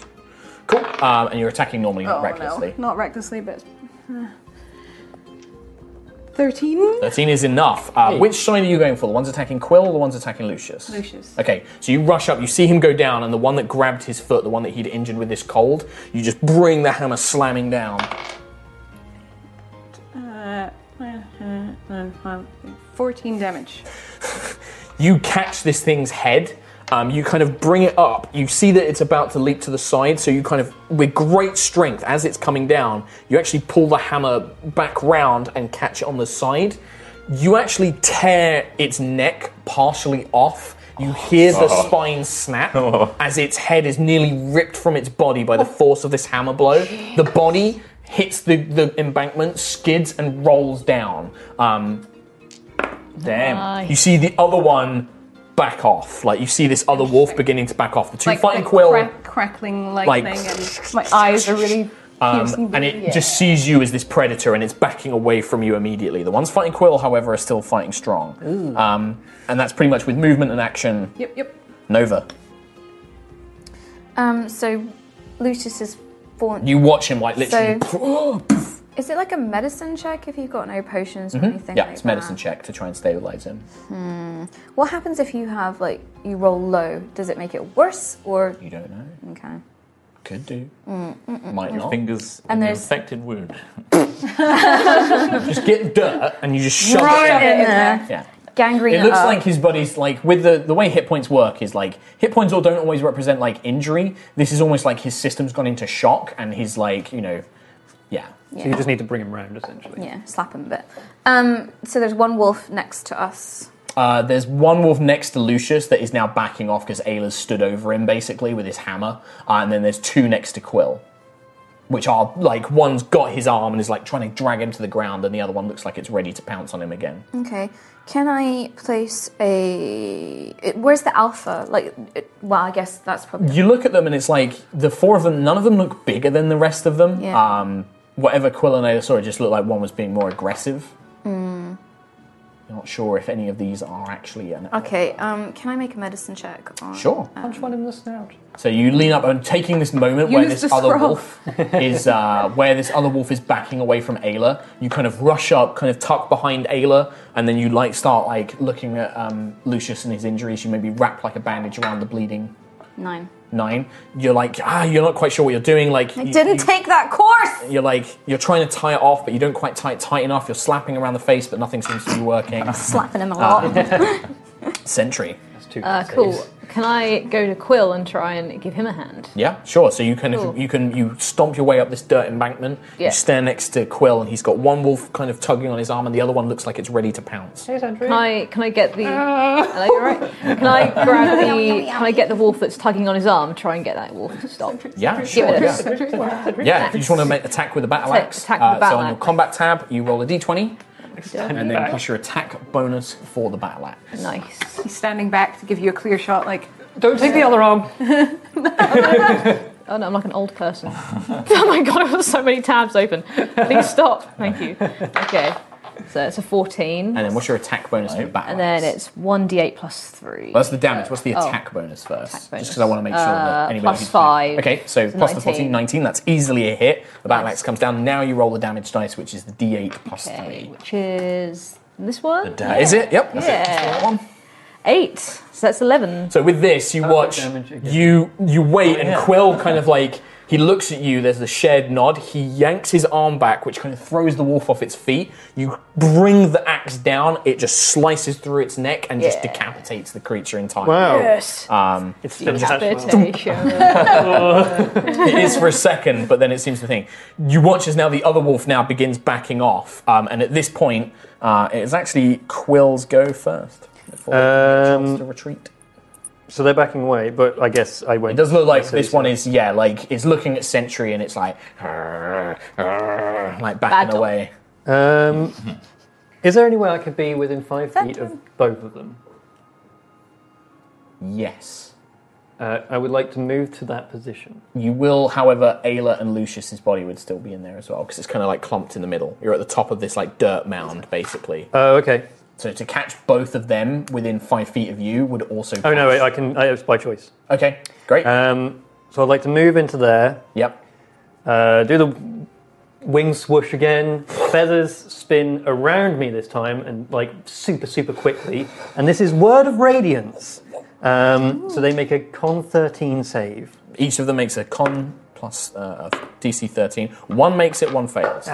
Cool. Um, and you're attacking normally, not
Oh,
recklessly.
no, not recklessly, but. uh, 13?
Thirteen is enough. Uh, Which side are you going for? The ones attacking Quill, or the ones attacking Lucius?
Lucius.
Okay, so you rush up, you see him go down, and the one that grabbed his foot, the one that he'd injured with this cold, you just bring the hammer slamming down.
Uh, uh, uh, uh, 14 damage.
you catch this thing's head. Um, you kind of bring it up. You see that it's about to leap to the side, so you kind of, with great strength, as it's coming down, you actually pull the hammer back round and catch it on the side. You actually tear its neck partially off. You hear the
Oh.
spine snap as its head is nearly ripped from its body by the force of this hammer blow. The body hits the, the embankment, skids, and rolls down. Um,
Damn.
you see the other one back off. Like you see this other wolf beginning to back off. The two fighting
the
Quill,
crack- crackling
like-
lightning, and my eyes are really. piercing
um, and
blue.
it just sees you as this predator, and it's backing away from you immediately. The ones fighting Quill, however, are still fighting strong. Um, and that's pretty much with movement and action.
Yep, yep.
Nova,
Um, so Lucius is fallen.
you watch him like literally.
Is it like a medicine check if you've got no potions or anything?
Mm-hmm. yeah,
like
it's medicine
that?
check to try and stabilize him.
What happens if you have like you roll low? Does it make it worse or
You don't know.
okay?
Could do.
Mm,
Might not.
Fingers
And
and in the
there's-
infected wound.
Just get dirt and you just shove it.
Right in there,
Yeah.
gangrene.
It looks
up.
like his body's like with the the way hit points work is like hit points all don't always represent like injury. This is almost like his system's gone into shock and he's like you know, yeah.
yeah.
So you just need to bring him round, essentially.
yeah, slap him a bit. Um, so there's one wolf next to us.
Uh, there's one wolf next to Lucius that is now backing off because Ayla's stood over him basically with his hammer, uh, and then there's two next to Quill, which are like one's got his arm and is like trying to drag him to the ground, and the other one looks like it's ready to pounce on him again.
Okay. Can I place a? it- Where's the alpha? Like, it, well, I guess that's probably.
you look at them and it's like the four of them none of them look bigger than the rest of them
Yeah.
um, whatever quill and ada saw it just looked like one was being more aggressive
Hmm.
You're not sure if any of these are actually an
Okay. Um, can I make a medicine check? On, uh,
sure
Punch one in the snout.
so you lean up and taking this moment where
Use
this
the
other
scroll.
wolf is uh, where this other wolf is backing away from Ayla. You kind of rush up, kind of tuck behind Ayla, and then you like start like looking at um, Lucius and his injuries. You maybe wrap like a bandage around the bleeding
Nine.
nine. You're like ah, you're not quite sure what you're doing. Like
I
you-
didn't
you-
take that course.
you're like you're trying to tie it off, but you don't quite tie it tight enough. You're slapping around the face, but nothing seems to be working.
Slapping
Ah.
him a lot.
Sentry.
That's two.
Uh, cool. Can I go to Quill and try and give him a hand?
Yeah, sure. So you kind
Cool.
of you can you stomp your way up this dirt embankment.
Yeah.
You stand next to Quill, and he's got one wolf kind of tugging on his arm, and the other one looks like it's ready to pounce.
Hey, Sandra.
Can I can I get the Hello, you alright? Can I grab the can I get the wolf that's tugging on his arm? Try and get that wolf to stop.
Yeah, sure.
it a
Yeah. yeah. If you just want to make attack with a battle
Attack-
axe, uh,
attack with the
so
battle
on your
axe.
combat tab, you roll a d20,
Stand
and then
back.
plus your attack bonus for the battle axe.
Nice.
He's standing back to give you a clear shot, like,
Don't take the other arm.
Oh no, I'm like an old person. oh my god, I've got so many tabs open. Please stop. Thank you. Okay. So it's a 14.
And then what's your attack bonus for the battle
And then
axe?
it's 1d8 plus 3.
Well, that's the damage. What's the
Oh.
attack bonus first? Just 'cause
bonus.
Just because I want to make sure that
Uh,
anybody.
plus
who's-
five.
Okay, so
So
plus the 14, 19.
19.
That's easily a hit. The battle
Nice.
axe comes down. Now you roll the damage dice, which is the d8 plus
okay,
3.
which is this one?
Damn.
Is it? Yep. That's it.
Yeah.
That's the one.
8. So that's 11.
So with this, you
the
watch.
damage again.
You you wait, and
yeah.
Quill kind of like he looks at you. There's a shared nod. He yanks his arm back, which kind of throws the wolf off its feet. You bring the axe down. It just slices through its neck and just
Yeah.
decapitates the creature entirely.
Wow.
Yes.
Um,
It's still attached.
Decapitation.
it is for a second, but then it seems to think. You watch as now the other wolf now begins backing off, um, and at this point, uh, it's actually Quill's go first. Before he gets a chance
Um,
to retreat.
So they're backing away, but I guess I went.
It does look like
I see,
this
so-
one is, yeah, like it's looking at Sentry and it's like, like backing
Battle.
away.
Um, is there any way I could be within five feet of both of them?
Yes.
Uh, I would like to move to that position.
You will, however, Ayla and Lucius's body would still be in there as well because it's kind of like clumped in the middle. You're at the top of this like dirt mound, basically.
Oh, okay.
So to catch both of them within five feet of you would also.
Oh no,
count.
wait, I can. I, it's by choice.
Okay, great.
Um, so I'd like to move into there,
yep.
uh, do the wing swoosh again, feathers spin around me this time, and like super, super quickly. And this is Word of Radiance. Um, so they make a con 13 save.
Each of them makes a con plus uh, a DC 13. One makes it, one fails.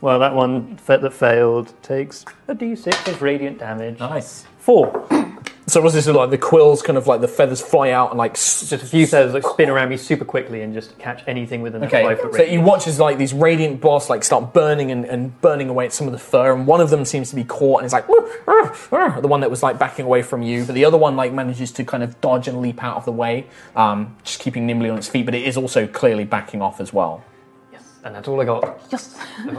Well, that one fa- that failed takes a d6 of radiant damage.
Nice.
Four.
So was this like the quills, kind of like the feathers fly out and like s-
Just a few feathers that spin around me super quickly and just catch anything within that
Okay,
five foot
so
range.
you watch as like these radiant boss like start burning and, and burning away at some of the fur, and one of them seems to be caught and it's like "Woof, woof, woof," the one that was like backing away from you, but the other one like manages to kind of dodge and leap out of the way, um, just keeping nimbly on its feet, but it is also clearly backing off as well.
And that's all I got.
Yes.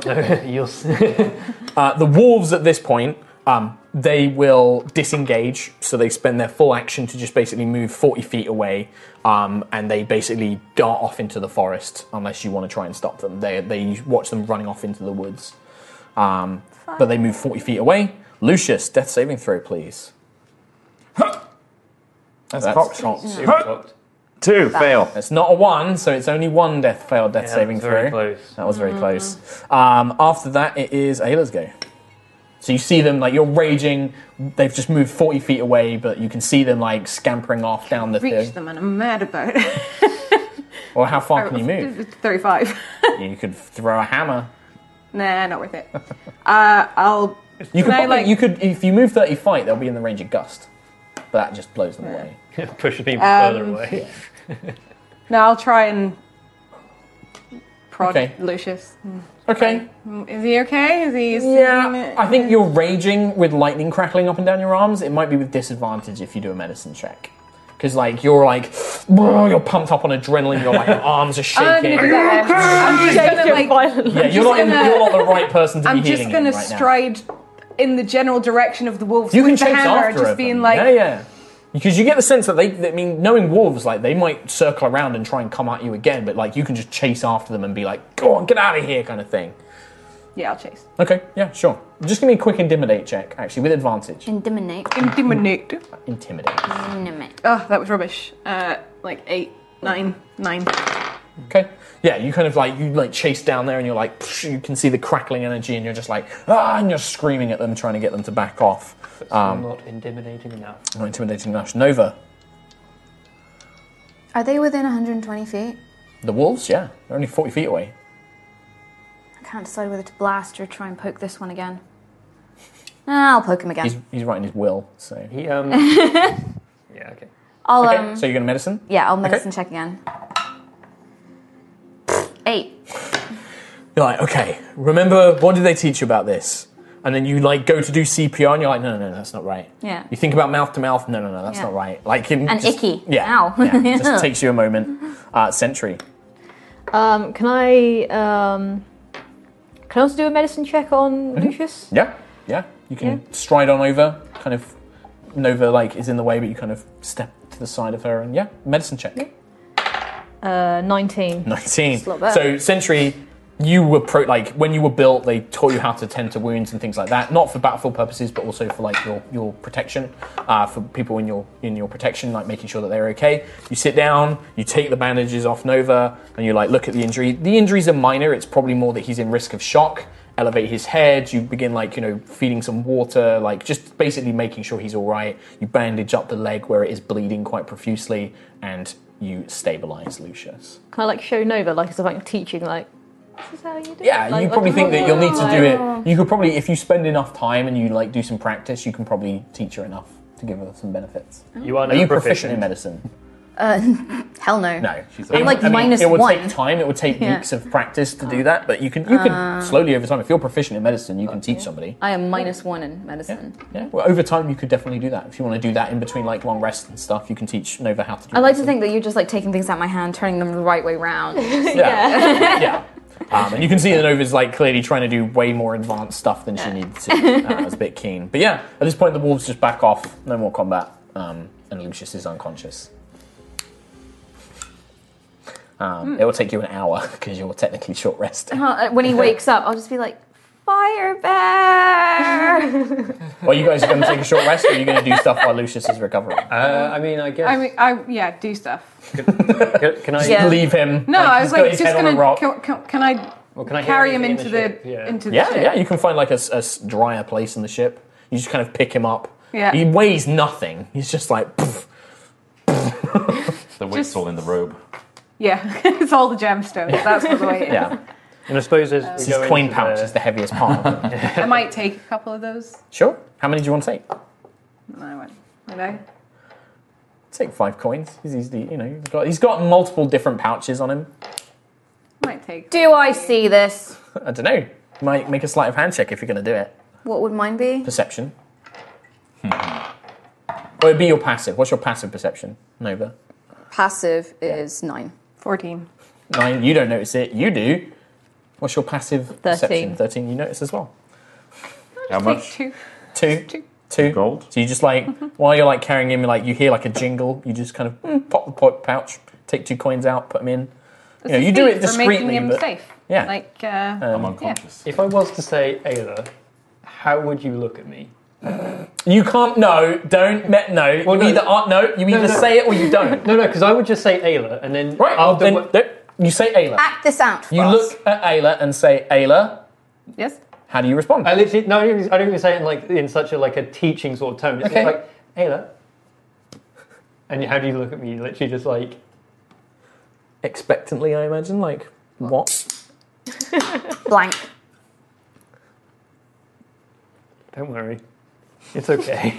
Yes.
Uh, the wolves at this point, um, they will disengage, so they spend their full action to just basically move 40 feet away, um, and they basically dart off into the forest unless you want to try and stop them. They, they watch them running off into the woods. Um, but they move 40 feet away. Lucius, death saving throw, please.
That's,
That's-
cocked. Two, fail.
It's not a one, so it's only one death failed death
Yeah,
saving
that's very
throw.
close.
That was very
Mm-hmm.
close. Um, after that, it is Ayla's go. So you see them like you're raging. They've just moved forty feet away, but you can see them like scampering off down the
Reach
thing.
them, and I'm mad about it.
Or how far can you move?
35.
you could throw a hammer.
nah, not worth it. Uh, I'll.
You could
I,
probably,
like-
you could if you move thirty feet, they'll be in the range of gust. But that just blows them away.
Push people further away.
um, No, I'll try and. Prod
Okay.
Lucius.
Okay.
Is he okay? Is he. is he-
Yeah, I think you're raging with lightning crackling up and down your arms. It might be with disadvantage if you do a medicine check. Because, like, you're like, you're pumped up on adrenaline, your like, your arms are
I'm
shaking.
gonna do that then. Oh, I'm just gonna like.
yeah, you're not, in,
gonna-
you're not the right person to
I'm
be
just
healing in
gonna
right now.
stride in the general direction of the wolves
You can
with the
chase
hammer,
after
just
of
being
them.
like,
yeah, yeah. Because you get the sense that they, I mean, knowing wolves, like, they might circle around and try and come at you again, but, like, you can just chase after them and be like, go on, get out of here, kind of thing.
yeah, I'll chase.
Okay, yeah, sure. Just give me a quick intimidate check, actually, with advantage.
Intimidate.
Intimidate.
Intimidate.
Intimidate.
Oh, that was rubbish. Uh, like eight, nine, nine.
Okay. Yeah, you kind of like you like chase down there, and you're like psh, you can see the crackling energy, and you're just like ah, and you're screaming at them, trying to get them to back off. Um,
I'm not intimidating enough.
Not intimidating enough. Nova,
Are they within 120 feet?
the wolves. Yeah, they're only forty feet away.
I can't decide whether to blast or try and poke this one again. Nah, I'll poke him again.
He's he's writing his will. So
He, um, yeah, okay.
I'll
okay.
um,
so you're gonna medicine.
yeah, I'll medicine check again. Eight.
You're like okay. Remember what did they teach you about this? And then you like go to do CPR, and you're like no no no that's not right.
Yeah.
You think about mouth to mouth. No no no that's
Yeah.
not right. Like it
And
just-
icky.
Yeah.
Ow.
yeah. Just takes you a moment. Uh, Sentry.
Um, can I um, can I also do a medicine check on
Mm-hmm.
Lucius?
Yeah, yeah. You can stride on over, kind of. Nova like is in the way, but you kind of step to the side of her, and yeah, medicine check.
Uh, Nineteen.
Nineteen.
not bad.
So Sentry, you were pro like when you were built, they taught you how to tend to wounds and things like that, not for battlefield purposes, but also for like your your protection, uh, for people in your in your protection, like making sure that they're okay. You sit down, you take the bandages off Nova, and you like look at the injury. The injuries are minor. It's probably more that he's in risk of shock elevate his head. You begin like you know feeding some water, like just basically making sure he's all right. You bandage up the leg where it is bleeding quite profusely, and you stabilize Lucius.
Can I like show Nova like as if I'm teaching like? This is how you do. it?
Yeah,
Like-
you
like,
probably think that you'll need to
like-
do it. You could probably, if you spend enough time and you like do some practice, you can probably teach her enough to give her some benefits.
You are,
Are you proficient in medicine?
Uh,
Hell no.
No,
She's
It-
like-
Like minus
It would
one.
take time. It would take
Yeah.
weeks of practice to do that, but you can you can slowly over time. If you're proficient in medicine, you can teach somebody.
I am minus one in medicine.
Yeah, well, over time you could definitely do that. If you want to do that in between like long rests and stuff, you can teach Nova how to do.
I like to think that you're just like taking things out of my hand, turning them the right way round.
that. Yeah, yeah. Um, and you can see that Nova's like clearly trying to do way more advanced stuff than she needed to. Uh, I was a bit keen, but yeah. At this point, the wolves just back off. No more combat, um, and Lucius is unconscious. Um,
Hmm.
It will take you an hour because you're technically short rest.
Uh-huh.
Uh, when he wakes up, I'll just be like, Fire Bear!
Well, you guys are going to take a short rest, or are you going to do stuff while Lucius is recovering?
Uh, I mean, I guess.
I mean, I yeah, do stuff.
can, can I?
Yeah.
Leave him.
No, I was
he's got
like
his
just
head on a
gonna.
rock.
Can, can, can I
Well, can I
carry
hear
him
anything
into
in
the,
ship? Yeah.
into the
Yeah,
ship?
yeah. You can find like a, s- a s- drier place in the ship. You just kind of pick him up.
Yeah.
He weighs nothing. He's just like. poof.
the wig's all in the robe.
Yeah, it's all the gemstones. That's what the way it is.
Yeah.
and I suppose as we
His
go
coin
into
pouch
the-
is the heaviest part. of him.
I might take a couple of those.
sure. How many do you want to take?
And I went, you know,
Take five coins. He's easily, you know, he's got, he's got multiple different pouches on him.
might take.
Do I see this?
I don't know. Might make a sleight of hand check if you're going to do it.
What would mine be?
Perception. or it'd be your passive. What's your passive perception, Nova?
Passive is nine.
14.
Nine, you don't notice it. You do. What's your passive perception?
Thirteen.
Thirteen. You notice as well.
How
Take
much?
two.
Two.
Two.
Two.
Gold.
So you just like while you're like carrying him, like you hear like a jingle. You just kind of mm, pop the po- pouch, take two coins out, put them in. You know, you do it
It's a feat for making
discreetly,
him
but
safe.
yeah.
Like, uh,
I'm unconscious.
If I was to say Ayla, how would you look at me?
you can't. No, don't. Me, no,
Well,
you
no.
either are, no. You either
no.
say it or you don't.
No, no, because I would just say Ayla, and then
right.
I'll
then, th- you say Ayla.
Ah,
Act this out.
you look at Ayla and say Ayla.
yes?
How do you respond?
I literally no, I don't, even, I don't even say it in like in such a like a teaching sort of tone. It's
Okay.
just like Ayla, and how do you look at me? Literally, just like
Expectantly, I imagine. Like what?
Blank.
don't worry, it's okay.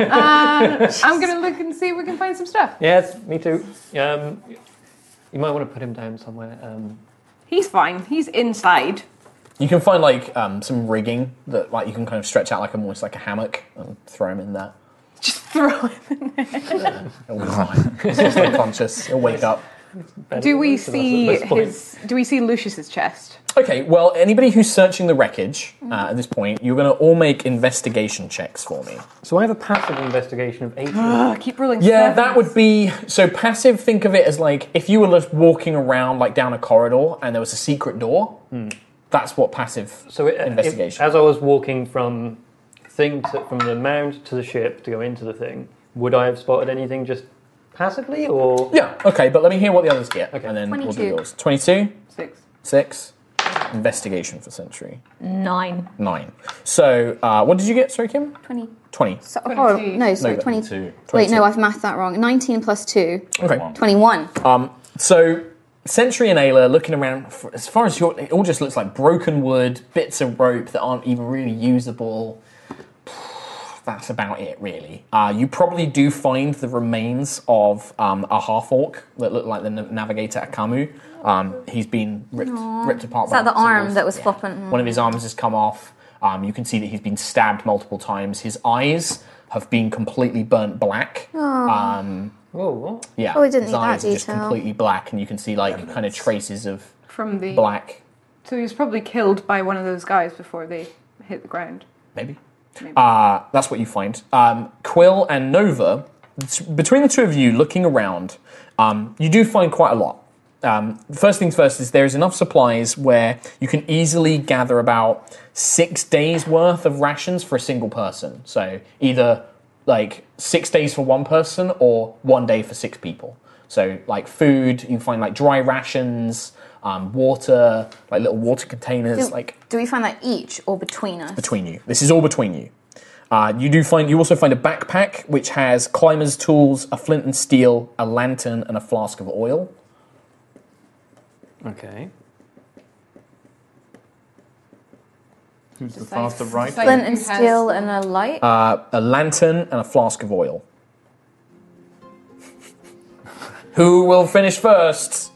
I'm going to look and see if we can find some stuff.
yes, me too. Um, you might want to put him down somewhere. Um,
He's fine. He's inside.
You can find like um, some rigging that like you can kind of stretch out like almost like a hammock and throw him in there.
Just throw him.
It'll be fine. He's just unconscious. He'll wake up.
Do we
That's-
see
that's the point.
his? Do we see Lucius's chest?
Okay, well, anybody who's searching the wreckage
Mm.
uh, at this point, you're going to all make investigation checks for me.
So I have a passive investigation of eighteen.
I keep rolling.
Yeah,
sevens.
that would be so passive. Think of it as like if you were just walking around like down a corridor and there was a secret door. That's what passive.
Hmm. So it,
Investigation.
it- as I was walking from thing to, from the mound to the ship to go into the thing, would I have spotted anything just passively or?
Yeah, okay, but let me hear what the others get,
Okay.
and then we'll
22.
do yours. Twenty-two,
six.
six, investigation for century
Nine.
nine. So uh, what did you get, sorry, Kim?
20.
Twenty.
So, oh, no, sorry,
No,
22.
Two.
Wait, no, I've mathed that wrong. 19 plus 2,
Okay.
21.
Oh, Um, So, Sentry and Ayla looking around, f- as far as your, it all just looks like broken wood, bits of rope that aren't even really usable. That's about it, really. Uh, you probably do find the remains of um, a half orc that looked like the nav- navigator Akamu. Um, he's been ripped, ripped apart.
Is that the arm that was
flopping?
flopping?
One of his arms has come off. Um, you can see that he's been stabbed multiple times. His eyes have been completely burnt black. Um,
Whoa, what?
yeah,
Probably didn't
his
need that
eyes are just
detail.
completely black, and you can see like kind of traces of
From the
black,
So he was probably killed by one of those guys before they hit the ground.
maybe. Uh, that's what you find. Um, Quill and Nova, t- between the two of you, looking around, um, you do find quite a lot. Um, first things first is there is enough supplies where you can easily gather about six days worth of rations for a single person. So either like six days for one person or one day for six people. So like food, you can find like dry rations, um, water, like little water containers, like
Do we find that each or between us?
between you. This is all between you. Uh, you do find you also find a backpack which has climbers' tools, a flint and steel, a lantern, and a flask of oil.
Okay.
Who's the faster right?
Flint and steel and a light?
Uh, a lantern and a flask of oil. Who will finish first?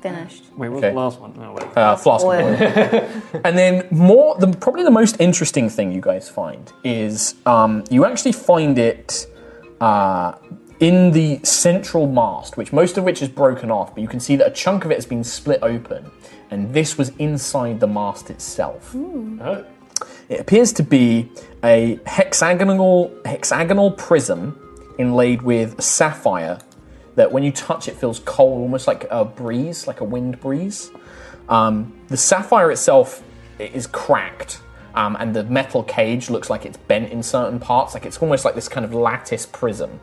Finished.
Wait, what was
Okay.
the last one? No, wait.
Uh, flask.
Oil.
And then more, the, probably the most interesting thing you guys find is um, you actually find it uh, in the central mast, which most of which is broken off, but you can see that a chunk of it has been split open, and this was inside the mast itself.
Oh,
It appears to be a hexagonal hexagonal prism inlaid with sapphire that when you touch it feels cold, almost like a breeze, like a wind breeze. Um, the sapphire itself i- is cracked, um, and the metal cage looks like it's bent in certain parts, like it's almost like this kind of lattice prism.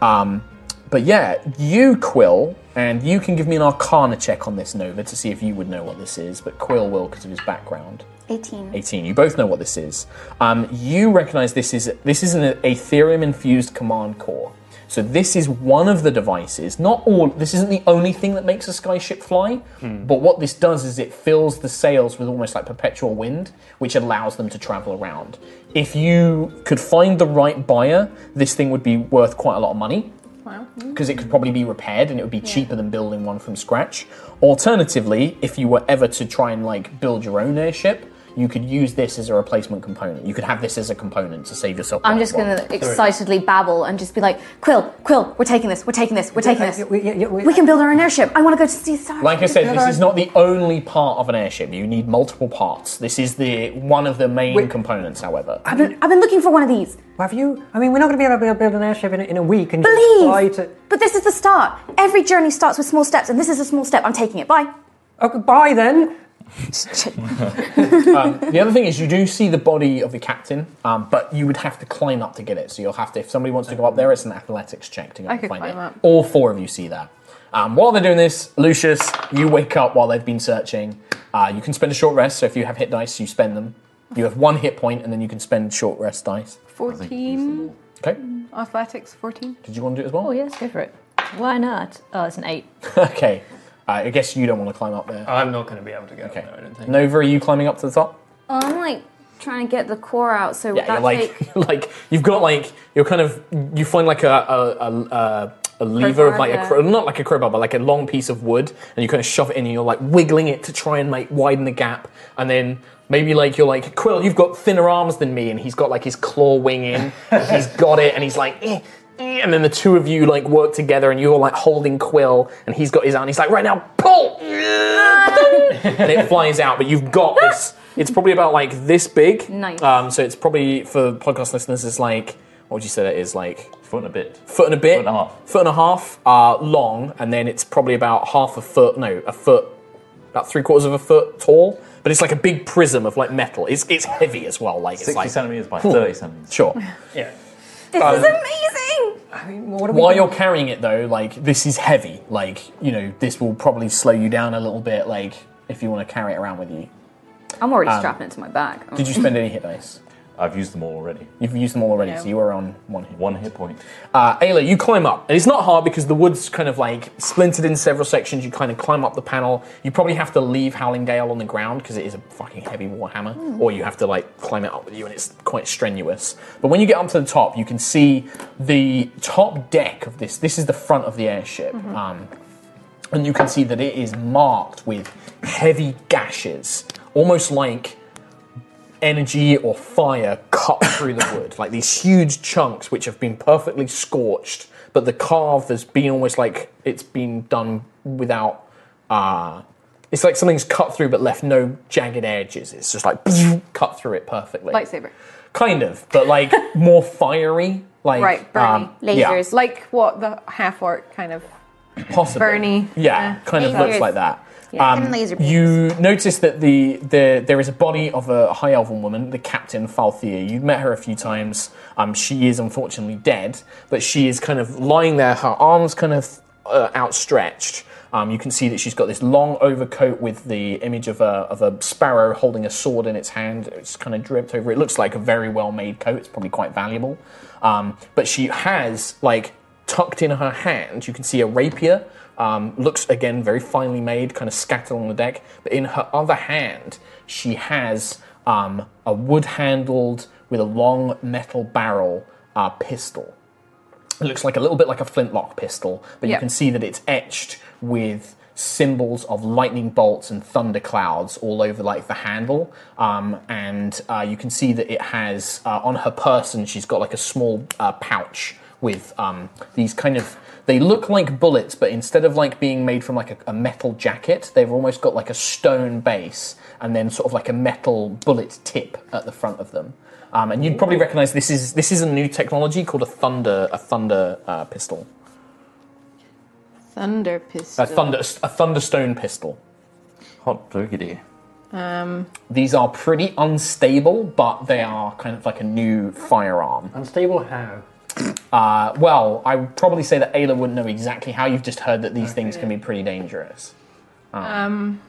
Um, but yeah, you, Quill, and you can give me an arcana check on this, Nova, to see if you would know what this is, but Quill will because of his background.
18.
18. You both know what this is. Um, you recognize this is this is an Ethereum infused command core. So this is one of the devices. Not all. This isn't the only thing that makes a skyship fly. But what this does is it fills the sails with almost like perpetual wind, which allows them to travel around. If you could find the right buyer, this thing would be worth quite a lot of money
Wow.
because it could probably be repaired and it would be cheaper than building one from scratch. Alternatively, if you were ever to try and like build your own airship, you could use this as a replacement component. You could have this as a component to save yourself.
I'm
buying
just
one.
going to excitedly babble and just be like, Quill, Quill, we're taking this, we're taking this, we're taking this.
yeah, yeah,
We can build our own airship. I want to go to see the stars.
Like I said, this is not the only part of an airship. You need multiple parts. This is the one of the main components, however.
I've been, I've been looking for one of these.
Have you? I mean, we're not going to be able to build an airship in a, in a week and just fly
Believe!
to.
But this is the start. Every journey starts with small steps, and this is a small step. I'm taking it. Bye.
Okay, bye oh, then.
The other thing is, you do see the body of the captain, um, but you would have to climb up to get it. So you'll have to, if somebody wants to go up there, it's an athletics check to go
I
and
could
find
climb
it.
up.
All four of you see that. Um, while they're doing this, Lucius, you wake up while they've been searching. Uh, you can spend a short rest, so if you have hit dice, you spend them. You have one hit point, and then you can spend short rest dice.
14.
Okay.
Athletics, 14.
Did you want to do it as well?
Oh, yes, go for it. Why not? Oh, it's an eight.
Okay. Uh, I guess you don't want to climb up there.
I'm not going to be able to go
Okay.
up there. I don't think.
Nova, are you climbing up to the top?
Well, I'm like trying to get the core out, so
Yeah,
that
you're like,
take
like you've got like you're kind of you find like a a, a, a, a lever of
Crowbar,
like a
yeah.
cro- not like a crowbar but like a long piece of wood and you kind of shove it in and you're like wiggling it to try and like widen the gap and then maybe like you're like Quill you've got thinner arms than me and he's got like his claw wing in and he's got it and he's like eh, eh, and then the two of you like work together and you're like holding Quill and he's got his arm and he's like right now pull and it flies out but you've got this. It's probably about like this big.
Nice.
Um, so it's probably for podcast listeners, it's like what would you say that is like
Foot and a bit.
foot and a bit,
Foot and a half.
foot and a half uh, long, and then it's probably about half a foot, no, a foot, about three quarters of a foot tall. But it's like a big prism of like metal. It's it's heavy as well. Like it's
60
like
centimeters by 30 centimeters.
sure.
Yeah.
This
Um,
is amazing!
I mean, what are we
While
doing?
you're carrying it though, like this is heavy. Like you know, this will probably slow you down a little bit. Like if you want to carry it around with you. Um,
I'm already strapping it to my back.
Did you spend any hit dice?
I've used them all already.
You've used them all already,
Yeah.
so you are on one hit.
One hit point.
Uh, Ayla, you climb up, and it's not hard because the wood's kind of like splintered in several sections. You kind of climb up the panel. You probably have to leave Howling Gale on the ground because it is a fucking heavy warhammer, or you have to like climb it up with you, and it's quite strenuous. But when you get up to the top, you can see the top deck of this. This is the front of the airship. Um, and you can see that it is marked with heavy gashes, almost like energy or fire cut through the wood, like these huge chunks which have been perfectly scorched, but the carve has been almost like it's been done without. Uh, it's like something's cut through but left no jagged edges. It's just like cut through it perfectly.
Lightsaber.
Kind of, but like more fiery. Like um,
Right, Bernie.
yeah.
lasers.
Like what the half orc kind of.
possibly.
Bernie.
Yeah,
Yeah.
kind of
Lasers.
looks like that. Um,
And laser beams.
you notice that the, the there is a body of a high elven woman, the captain Falthea. You've met her a few times. Um, she is unfortunately dead, but she is kind of lying there, her arms kind of uh, outstretched. Um, you can see that she's got this long overcoat with the image of a, of a sparrow holding a sword in its hand. It's kind of draped over. It looks like a very well made coat. It's probably quite valuable. Um, but she has like tucked in her hand, you can see a rapier. Um, looks again very finely made, kind of scattered on the deck. But in her other hand, she has um, a wood handled with a long metal barrel uh, pistol. It looks like a little bit like a flintlock pistol, but you
Yeah.
can see that it's etched with symbols of lightning bolts and thunder clouds all over like the handle um, and uh, you can see that it has uh, on her person she's got like a small uh, pouch with um, these kind of they look like bullets but instead of like being made from like a, a metal jacket they've almost got like a stone base and then sort of like a metal bullet tip at the front of them um, and you'd probably recognize this is this is a new technology called a thunder a thunder uh, pistol
Thunder pistol.
a thunder a thunderstone pistol
Hot diggity.
Um,
These are pretty unstable, but they are kind of like a new firearm.
Unstable how?
Uh, well, I would probably say that Ayla wouldn't know exactly how. You've just heard that these things can be pretty dangerous.
Um,
Um,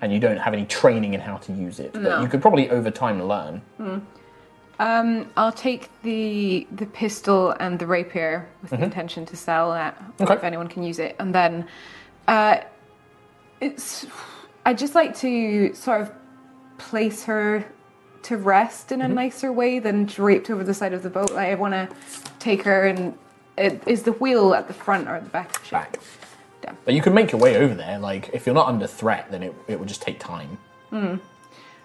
and you don't have any training in how to use it, but
No.
you could probably over time learn.
um, I'll take the the pistol and the rapier with the intention to sell that
Mm-hmm. Okay.
if anyone can use it, and then uh, it's. I would just like to sort of place her to rest
Mm-hmm.
in a nicer way than draped over the side of the boat. Like I want to take her and. It, is the wheel at the front or at the back of the ship?
Back. But you could make your way over there. Like if you're not under threat, then it, it would just take time.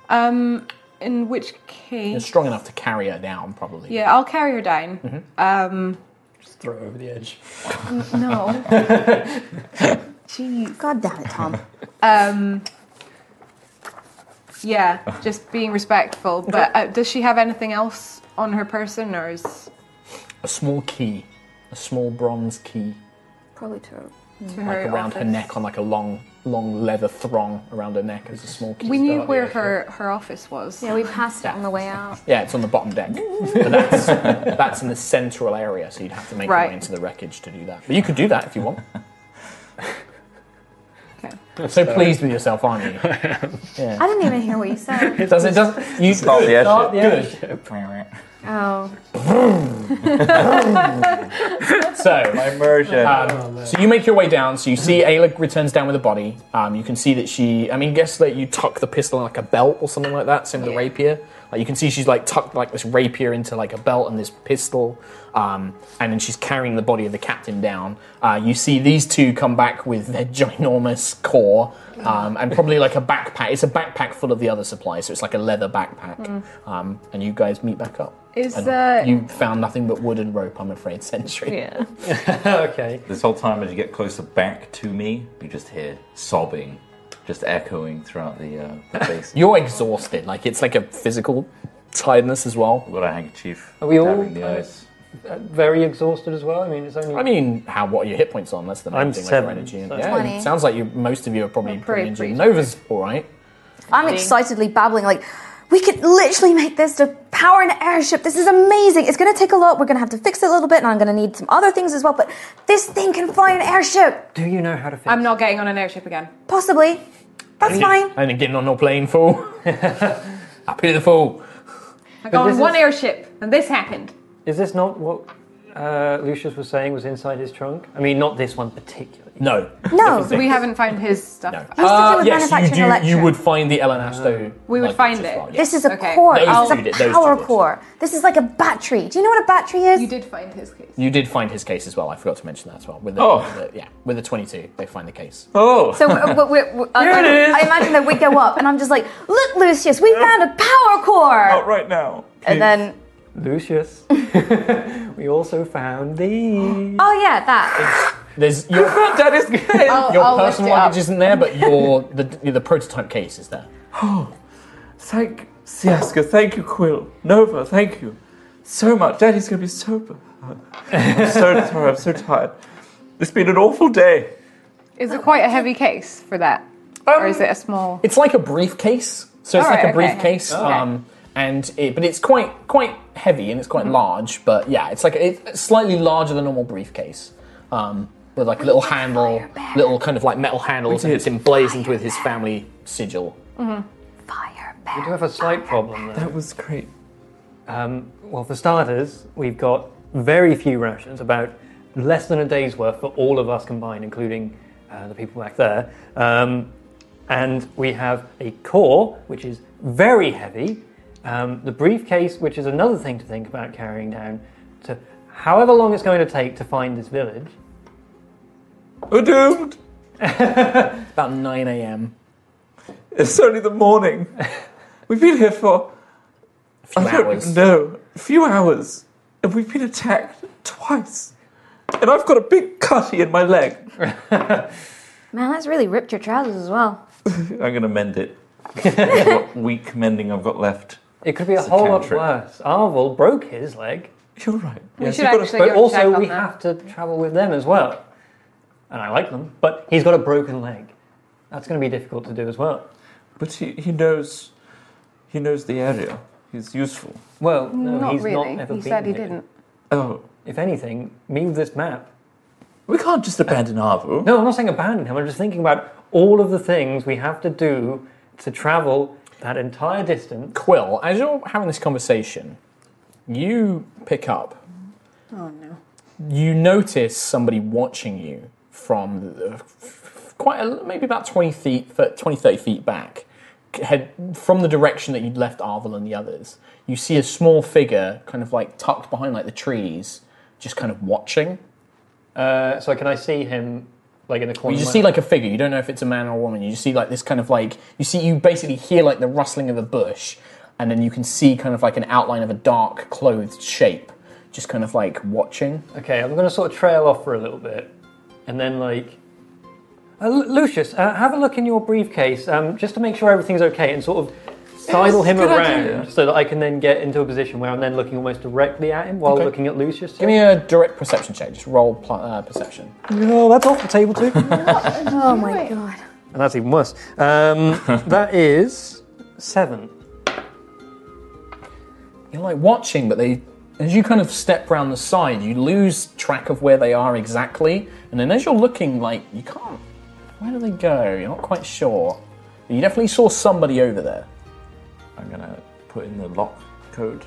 Um, in which
You're
case,
strong enough to carry her down, probably.
yeah, I'll carry her down. Um,
Just throw it over the edge.
Mm-hmm.
no,
Jeez. God damn it, Tom.
um, yeah, just being respectful. But uh, does she have anything else on her person, or is
A small key, a small bronze key.
Probably true.
to
like
her
around her
office?
neck on like a long long leather thong around her neck as a small key.
We knew
Start
where
the actual-
her her office was.
Yeah, we passed it on the way out.
yeah, it's on the bottom deck. But that's that's in the central area, so you'd have to make your
Right.
way into the wreckage to do that. But you could do that if you want.
Okay.
So pleased with yourself, aren't you?
I didn't even hear what you said.
Does it does you
Start the
Start
airship.
the airship.
Oh.
So
My immersion.
So you make your way down. So you see Ayla returns down with a body. Um, you can see that she. I mean, guess that you tuck the pistol in like a belt or something like that. Same with the rapier. Like you can see she's like tucked like this rapier into like a belt and this pistol. Um, and then she's carrying the body of the captain down. Uh, you see these two come back with their ginormous core um, and probably like a backpack. It's a backpack full of the other supplies. So it's like a leather backpack. Um, and you guys meet back up.
Is,
And
uh,
you found nothing but wood and rope? I'm afraid, Century.
Yeah.
okay.
This whole time, as you get closer back to me, you just hear sobbing, just echoing throughout the, uh, the base.
You're exhausted. Like it's like a physical tiredness as well.
Got a handkerchief.
Are we all
dabbing the
kind of-
eyes.
Uh, very exhausted as well. I mean, it's only.
I mean, how what are your hit points on? That's the main
I'm
thing.
seven,
Like your energy.
so-
Yeah,
Twenty.
it sounds like you. Most of you are probably
I'm
pretty
pretty-
injured.
pretty-
Nova's all right.
I'm excitedly babbling, like, we could literally make this to power an airship. This is amazing. It's going to take a lot. We're going to have to fix it a little bit, and I'm going to need some other things as well. But this thing can fly an airship,
do you know how to fix?
I'm not getting on an airship again.
possibly. That's fine.
And getting on no plane, fool. I pity the fool.
I got
this
on one
is-
airship, and this happened.
Is this not what uh, Lucius was saying was inside his trunk? I mean, not this one particularly.
No.
No.
We haven't found his stuff. Oh,
to
No. Uh,
do with
yes, you
manufacturing
do. You
electric.
would find the Ellen Asto.
We would
luggage
find
as
it.
well, yeah.
This is a
Okay.
core.
Those
This
two did-
is
those
a
two
power
did.
core. This is like a battery. Do you know what a battery is?
You did find his case.
You did find his case as well. I forgot to mention that as well. With the,
Oh.
with the- yeah, with the twenty-two, they find the case.
Oh!
So uh, we- we- we- I,
Here it is.
I imagine that we go up, and I'm just like, "Look, Lucius, we found a power core."
Not right now.
And then,
Lucius, we also found these.
oh yeah, that.
There's your,
that is good.
your
I'll lift
personal
it up.
luggage isn't there, but your the the prototype case is there.
Thank Siaska, thank you, Quill. Nova, thank you. So much. Daddy's gonna be so b- I'm so sorry, I'm so tired. It's been an awful day.
Is it quite a heavy case for that, or is it a small?
It's like a briefcase. So it's
All
like
right,
a
okay.
briefcase. Um, and it, but it's quite quite heavy and it's quite
Mm-hmm.
large. But yeah, it's like it's slightly larger than a normal briefcase. Um, with like a little handle, little kind of like metal handles, and
did.
it's emblazoned with his family sigil.
Fire
We
bear.
do have a slight problem there.
That was great.
Um, well, for starters, we've got very few rations, about less than a day's worth for all of us combined, including uh, the people back there. Um, and we have a core, which is very heavy, um, the briefcase, which is another thing to think about carrying down, to
however long it's going to take to find this village,
We're doomed.
About 9 a.m.
It's only the morning. We've been here for
A few
I don't
hours.
know a few hours, and we've been attacked twice. And I've got a big cutty in my leg.
Man, that's really ripped your trousers as well.
I'm going to mend it. what weak mending I've got left.
it could be a
It's a
whole lot
cantrip.
worse. Arvel broke his leg,
You're right.
We should
you've got a-
actually
but
go and check
also
on
we
that.
have to travel with them as well. And I like them, but he's got a broken leg. That's going to be difficult to do as well.
But he, he knows he knows the area. He's useful.
Well, no,
not
he's
really.
not ever
he
been
said he
here.
didn't.
Oh,
If anything, move this map.
we can't just abandon Arvo.
No, I'm not saying abandon him. I'm just thinking about all of the things we have to do to travel that entire distance.
Quill, as you're having this conversation, you pick up. Oh no. You notice somebody watching you from the, quite a, maybe about 20 feet, fir- 20, 30 feet back, head from the direction that you'd left Arvel and the others. You see a small figure kind of like tucked behind like the trees, just kind of watching.
Uh, so can I see him like in the corner?
You just
of
see
my-
like a figure. You don't know if it's a man or a woman. You just see like this kind of like you see you basically hear like the rustling of a bush, and then you can see kind of like an outline of a dark clothed shape, just kind of like watching.
Okay, I'm going to sort of trail off for a little bit, and then like. Uh, Lu- Lucius, uh, have a look in your briefcase um, just to make sure everything's okay, and sort of sidle him
good
around
idea.
so that I can then get into a position where I'm then looking almost directly at him while
Okay.
looking at Lucius.
Give me a direct perception check. Just roll pl- uh, perception.
no, that's off the table too.
Oh my god.
And that's even worse. Um, that is seven.
You're like watching, but they as you kind of step round the side, you lose track of where they are exactly, and then as you're looking, like you can't. Where do they go? You're not quite sure. You definitely saw somebody over there.
I'm going to put in the lock code.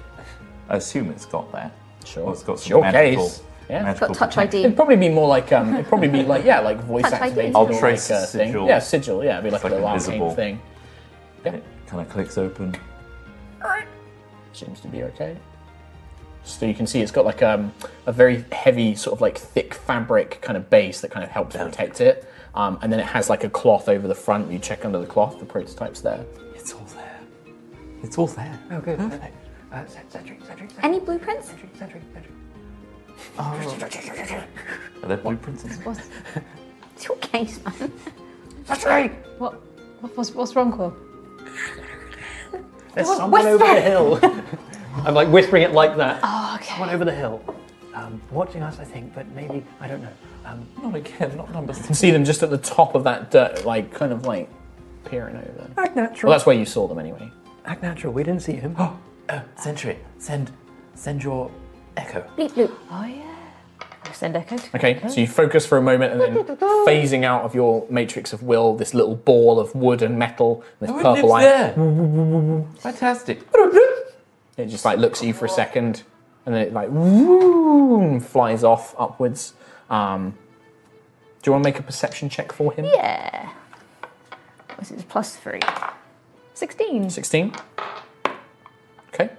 I assume it's got that.
Sure.
Or it's got
It's
some
your
magical,
case. Yeah. It's
magical
Got touch
protection.
ID.
It'd probably be more like um, it'd probably be like yeah, like voice
Touch
activated
ID.
or like
Ultra
a thing.
sigil.
Yeah, sigil. Yeah, it'd be like,
like
a little
invisible.
arcane thing.
It kind of clicks open.
Seems to be okay. So you can see it's got like um, a very heavy sort of like thick fabric kind of base that kind of helps protect it, um, and then it has like a cloth over the front. You check under the cloth, the prototype's there.
It's all there. It's all there.
Oh, good. Perfect. Uh, Cedric, Cedric, Cedric,
Any blueprints?
Cedric, Cedric, Cedric.
Are there blueprints? in there?
It's your case, man.
Oh.
What? what- What's, what's wrong, Quill?
There's someone over the hill. I'm like whispering it like that.
Oh, okay.
Someone over the hill. Um, watching us, I think, but maybe, I don't know. Um,
Not again, not number three.
You can see them just at the top of that dirt, like kind of like peering over.
act
Well,
natural.
that's where you saw them anyway.
act natural. We didn't see him.
Oh.
Sentry, send, send your echo.
Bleep bloop.
Oh, yeah. Send Echo. to-
Okay, so you focus for a moment and then phasing out of your matrix of will, this little ball of wood and metal, and this purple light.
there. Fantastic.
It just like looks at you for a second, and then it like whoom, flies off upwards. Um, do you want to make a perception check for him?
Yeah. What's it? Plus three. 16.
Sixteen. Okay.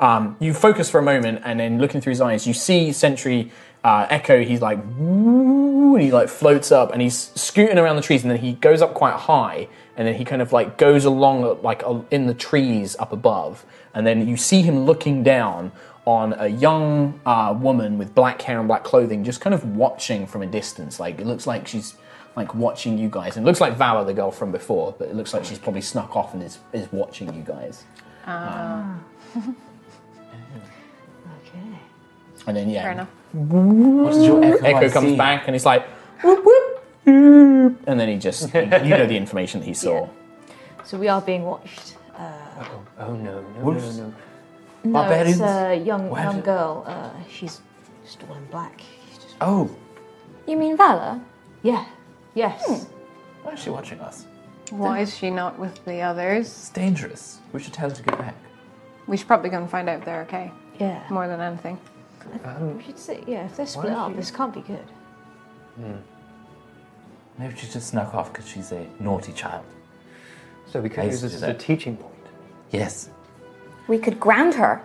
Um, you focus for a moment, and then looking through his eyes, you see Sentry uh, Echo. He's like, woo, and he like floats up, and he's scooting around the trees, and then he goes up quite high, and then he kind of like goes along like uh, in the trees up above, and then you see him looking down on a young uh, woman with black hair and black clothing, just kind of watching from a distance. Like it looks like she's like watching you guys, and it looks like Vala, the girl from before, but it looks like she's probably snuck off and is is watching you guys.
Okay.
And then yeah,
Fair enough.
What does your echo
Echo
I
comes
see?
back and he's like, whoop, whoop, whoop, and then he just, you know the information that he saw.
So we are being watched.
Oh, no, no,
Wolves?
no, no.
No,
Barbarians?
it's a young,
Where
young
did-
girl. Uh, she's just all in black. She's just-
Oh,
You mean Valor?
Yeah. Yes.
why is she watching us?
Why is she not with the others?
It's dangerous. We should tell her to get back.
We should probably go and find out if they're okay.
Yeah. Um,
More than anything.
We should say, Um, yeah, if they're split
don't
up,
you-
this can't be good.
Maybe she just snuck off because she's a naughty child.
So we could
I
use
see
this as a
that.
teaching point.
Yes.
We could ground her.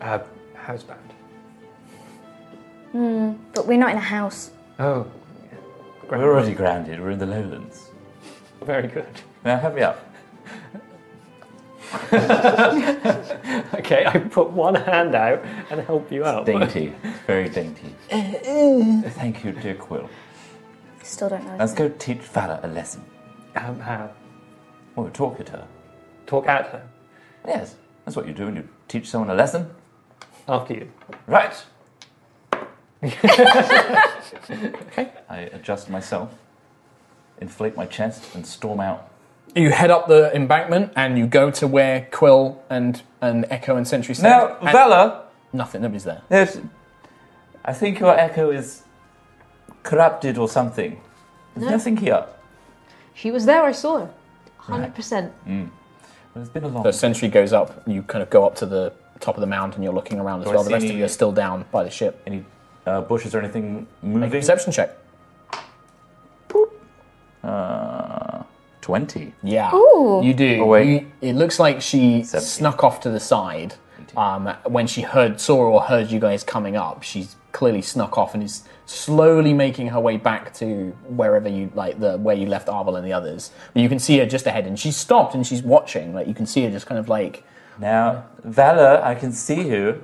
Uh, housebound.
But we're not in a house.
Oh,
We're already grounded. We're in the lowlands.
very good.
Now help me up.
Okay, I put one hand out and help you out.
Dainty. It's very dainty. Thank you, dear Quill.
Still don't know.
Let's go teach Fala a lesson.
Um,
uh,
how?
Well, we talk at her.
Talk at her
Yes, that's what you do when you teach someone a lesson.
after you.
Right. okay. I adjust myself, inflate my chest, and storm out.
You head up the embankment and you go to where Quill and, and Echo and Sentry stand.
Now,
and
Vala,
nothing. Nobody's there.
there's, I think your echo is corrupted or something. There's nothing here.
She was there, I saw her. 100%.
Well, it's been a long.
The Sentry goes up. You kind of go up to the top of the mound and you're looking around as
Do I
well. The
see
rest of
any-
you are still down by the ship.
Any uh, bushes or anything
Make a
moving?
perception check.
Uh, Twenty.
Yeah.
Ooh.
You do.
Oh, wait.
You- it looks like she
Seventeen.
snuck off to the side. Um, when she heard, saw or heard you guys coming up, she's clearly snuck off and is slowly making her way back to wherever you like the where you left Arvel and the others. But you can see her just ahead, and she's stopped and she's watching. Like you can see her just kind of like
Now, Vala, I can see you.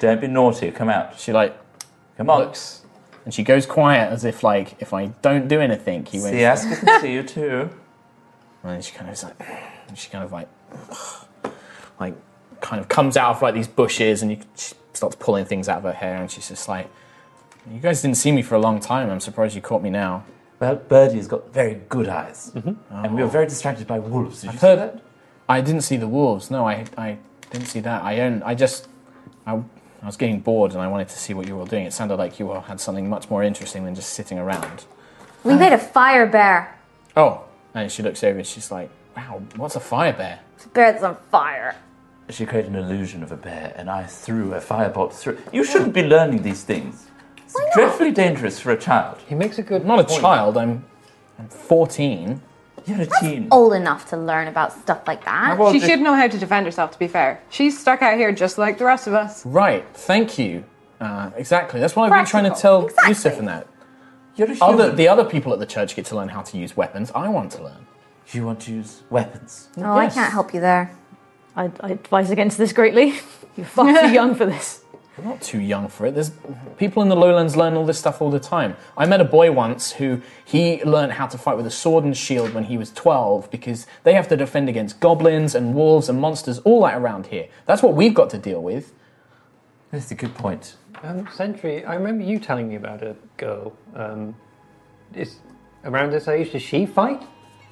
Don't be naughty. Come out.
she like
Come on.
looks and she goes quiet as if like if I don't do anything, he won't.
See, Asker can see you too.
And then she kind of is like, and she kind of like, like, kind of comes out of like these bushes and you, she starts pulling things out of her hair and she's just like, you guys didn't see me for a long time. I'm surprised you caught me now.
Well, Birdie's got very good eyes, and we were very distracted by wolves. Did you see
Mm-hmm. heard-
that?
I didn't see the wolves. No, I, I didn't see that. I own, I just, I, I was getting bored and I wanted to see what you were all doing. It sounded like you all had something much more interesting than just sitting around.
We made a fire bear.
Oh, and she looks over and she's like, wow, what's a fire bear?
The bear's on fire.
She created an illusion of a bear, and I threw a firebolt through. You shouldn't be learning these things. It's dreadfully dangerous for a child.
He makes a good
I'm not a
point.
child. I'm, I'm 14.
You're a teen.
Old enough to learn about stuff like that.
Well,
She
the-
should know how to defend herself, to be fair. She's stuck out here just like the rest of us.
Right, thank you. Uh, exactly. That's what I've been trying to
Practical.
tell
Exactly.
Yusuf and that.
You're a human.
Other, the other people at the church get to learn how to use weapons. I want to learn.
You want to use weapons?
Oh,
Yes.
I can't help you there.
I, I advise against this greatly. You're far too young for this.
I'm not too young for it. There's people in the lowlands learn all this stuff all the time. I met a boy once who he learned how to fight with a sword and shield when he was 12 because they have to defend against goblins and wolves and monsters all that around here. That's what we've got to deal with.
That's a good point.
Um, Sentry, I remember you telling me about a girl. Um, is around this age? Does she fight?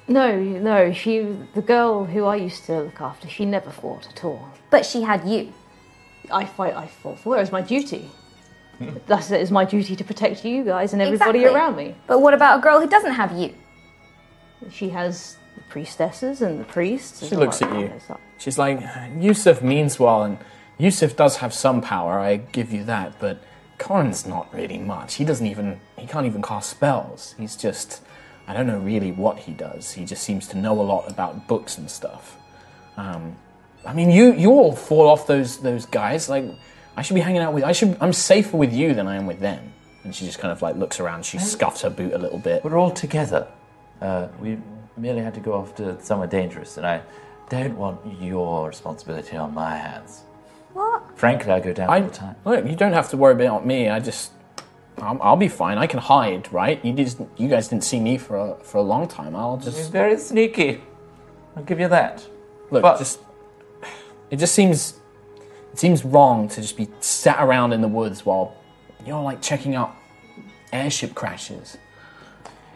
No, no, she, the girl who I used to look after, she never fought at all.
But she had you.
I fight, I fought for her. It's my duty. Thus, it is my duty to protect you guys and everybody
Exactly.
around me.
But what about a girl who doesn't have you?
She has the priestesses and the priests. and
She looks
all
at you.
that stuff.
She's like, Yusuf means well, and Yusuf does have some power, I give you that, but Corin's not really much. He doesn't even, he can't even cast spells. He's just, I don't know really what he does. He just seems to know a lot about books and stuff. Um, I mean, you, you all fall off those, those guys. Like, I should be hanging out with, I should, I'm safer with you than I am with them. And she just kind of like looks around, she scuffs her boot a little bit.
We're all together. Uh, we merely had to go after someone dangerous, and I don't want your responsibility on my hands. What? Frankly, I go down
I
all the time.
look. You don't have to worry about me. I just, I'm, I'll be fine. I can hide, right? You just, you guys didn't see me for a, for a long time. I'll
He's
just
very sneaky. I'll give you that.
look.
but-
just, it just seems, it seems wrong to just be sat around in the woods while you're like checking out airship crashes.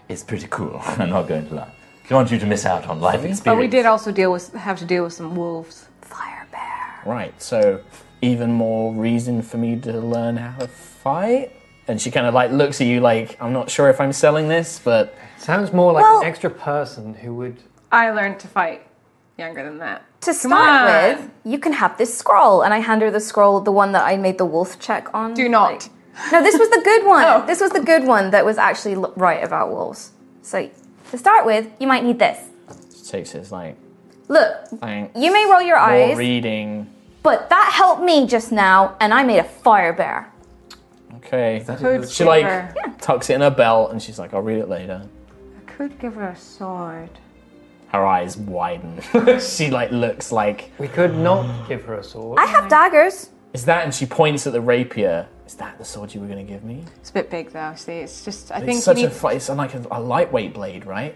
It's pretty cool. I'm not going to lie. Don't want you to miss out on life experience.
But Oh, we did also deal with have to deal with some wolves.
Fire bear.
Right. So, even more reason for me to learn how to fight. And she kind of like looks at you like, I'm not sure if I'm selling this, but
Sounds more like
Well-
an extra person who would.
I learned to fight younger than that.
To start
on.
with, you can have this scroll, and I hand her the scroll, the one that I made the wolf check on.
Do not.
like- no, this was the good one.
Oh.
This was the good one that was actually l- right about wolves. So, to start with, you might need this.
she takes it as like,
Look,
thanks.
you may roll your
More
eyes,
reading.
But that helped me just now, and I made a fire bear.
Okay.
Could
She
give
like
her-
tucks it in her belt and she's like, I'll read it later.
I could give her a sword.
Her eyes widen. she like looks like
We could not give her a sword.
I have daggers.
is that and she points at the rapier. Is that the sword you were gonna give me?
It's a bit big though. See, it's just. I
It's
think
such
you
a
need.
fi- it's like a, a lightweight blade, right?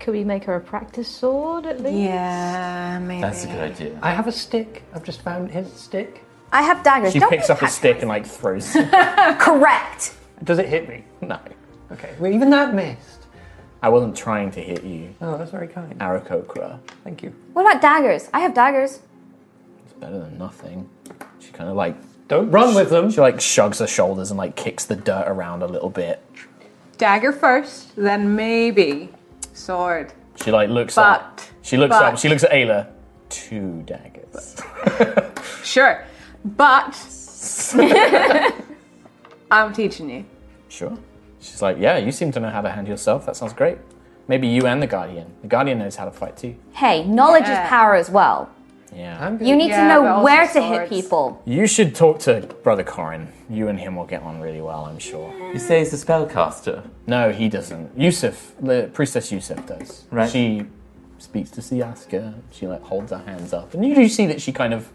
Could we make her a practice sword at least?
yeah, maybe.
That's a good idea.
I have a stick. I've just found his stick.
I have daggers.
She
Don't
picks
be
up a stick and like throws it.
Correct.
Does it hit me?
No.
Okay. Well, even that missed.
I wasn't trying to hit you,
Oh, that's very kind.
Arakokra.
Thank you.
What about daggers? I have daggers.
It's better than nothing. She kind of like
Don't run with them.
she like shrugs her shoulders and like kicks the dirt around a little bit.
Dagger first, then maybe sword.
She like looks up.
But-
She looks up.
but-
She looks at Ayla. Two daggers.
Sure, but I'm teaching you.
Sure. She's like, yeah, you seem to know how to handle yourself. That sounds great. Maybe you and the Guardian. The Guardian knows how to fight too.
Hey, knowledge
Yeah.
is power as well.
Yeah.
I'm good.
You need
Yeah,
to
but
know
also
where to
swords.
hit people.
You should talk to Brother Corin. You and him will get on really well, I'm sure.
You say he's a spellcaster.
No, he doesn't. Yusuf, the priestess Yusuf does.
Right.
She speaks to Siaska. She like holds her hands up, and you do see that she kind of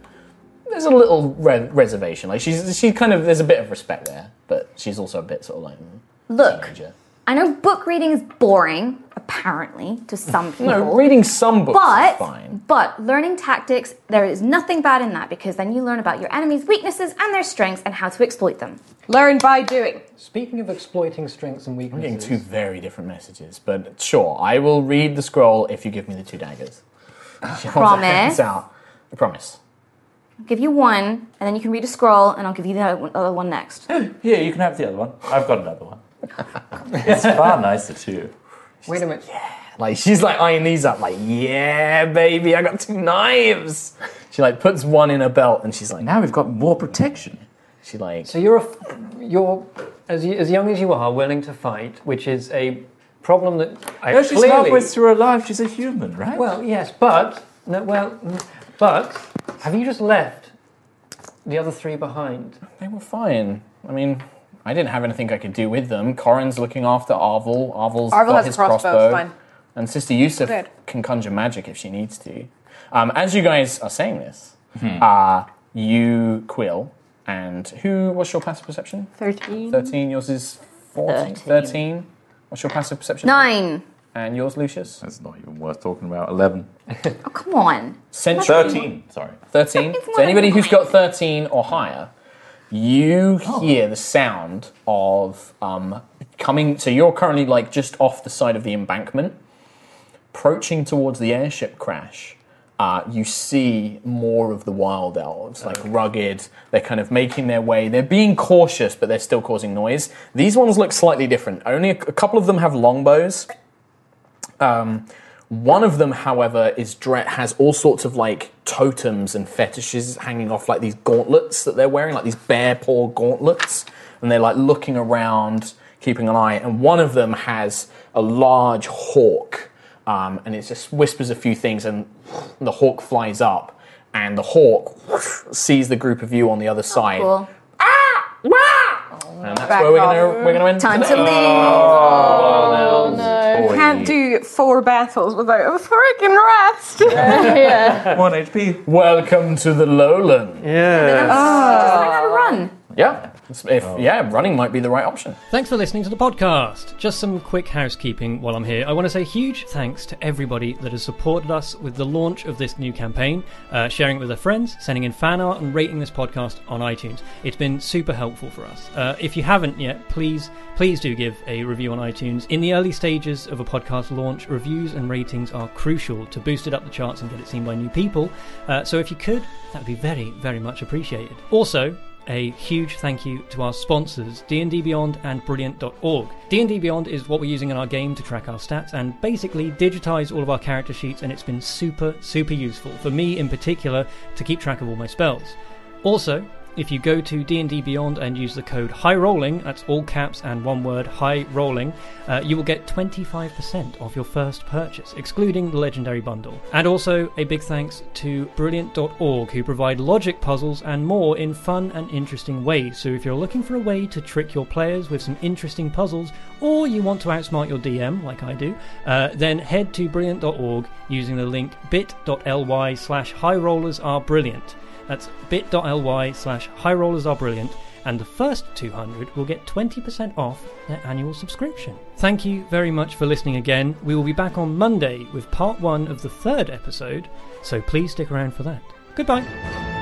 there's a little re- reservation. Like she's she kind of there's a bit of respect there, but she's also a bit sort of like mm,
Look,
teenager.
I know book reading is boring, apparently, to some people.
No, reading some books is
but
fine.
but learning tactics, there is nothing bad in that because then you learn about your enemy's weaknesses and their strengths and how to exploit them.
Learn by doing.
Speaking of exploiting strengths and
I'm
weaknesses,
getting two very different messages, but sure, I will read the scroll if you give me the two daggers. She holds her hands
Promise?
out. I promise.
I'll give you one, and then you can read a scroll, and I'll give you the other one- other one next.
Here, you can have the other one. I've got another one. it's far nicer too.
Wait a minute.
Like she's like eyeing these up, like yeah, baby, I got two knives. She like puts one in her belt, and she's like, now we've got more protection. She like,
So you're a, f- you're as y- as young as you are, willing to fight, which is a problem that I
No, she's
clearly.
halfway through her life. She's a human, right?
Well, yes, but no, well, mm, but have you just left the other three behind?
they were fine. I mean, I didn't have anything I could do with them. Corin's looking after Arvel. Arvel's
Arvel
got
has
his
a crossbow,
crossbow.
fine.
And Sister Yusuf
Good.
can conjure magic if she needs to. Um, as you guys are saying this, uh, you Quill and who? What's your passive perception?
Thirteen.
Thirteen. Yours is fourteen.
Thirteen.
Thirteen. What's your passive perception?
Nine.
And yours, Lucius?
That's not even worth talking about. 11.
Oh, come on.
Century.
13. Sorry.
13.
It's more
So
than
anybody who's
mine.
got 13 or higher, you hear the sound of um, coming. So you're currently like just off the side of the embankment, approaching towards the airship crash. Uh, you see more of the wild elves, like rugged. They're kind of making their way. They're being cautious, but they're still causing noise. These ones look slightly different. Only a, a couple of them have longbows. One of them, however, is dre- has all sorts of like totems and fetishes hanging off like these gauntlets that they're wearing, like these bear paw gauntlets, and they're like looking around, keeping an eye. And one of them has a large hawk, um, and it just whispers a few things, and the hawk flies up, and the hawk sees the group of you on the other side.
Oh,
Ah!
Cool.
And that's where we're gonna, we're gonna end
Time to
today.
leave. Oh,
Boy.
Can't do four battles without a freaking rest.
1 HP.
Welcome to the lowland. Ah.
I gotta run.
Yeah, if, yeah, running might be the right option.
Thanks for listening to the podcast. Just some quick housekeeping while I'm here. I want to say huge thanks to everybody that has supported us with the launch of this new campaign, uh, sharing it with their friends, sending in fan art, and rating this podcast on iTunes. It's been super helpful for us. Uh, if you haven't yet, please, please do give a review on iTunes. In the early stages of a podcast launch, reviews and ratings are crucial to boost it up the charts and get it seen by new people. Uh, so if you could, that would be very, very much appreciated. Also, a huge thank you to our sponsors d&d beyond and brilliant.org d&d beyond is what we're using in our game to track our stats and basically digitize all of our character sheets and it's been super super useful for me in particular to keep track of all my spells also If you go to D&D Beyond and use the code High Rolling, that's all caps and one word High Rolling, uh, you will get 25% off your first purchase, excluding the Legendary Bundle. And also a big thanks to Brilliant.org, who provide logic puzzles and more in fun and interesting ways. So if you're looking for a way to trick your players with some interesting puzzles, or you want to outsmart your DM, like I do, uh, then head to Brilliant.org using the link bit.ly slash High Rollers Are Brilliant. That's bit.ly slash high rollers are brilliant, and the first 200 will get 20% off their annual subscription. Thank you very much for listening again. We will be back on Monday with part one of the third episode, so please stick around for that. Goodbye.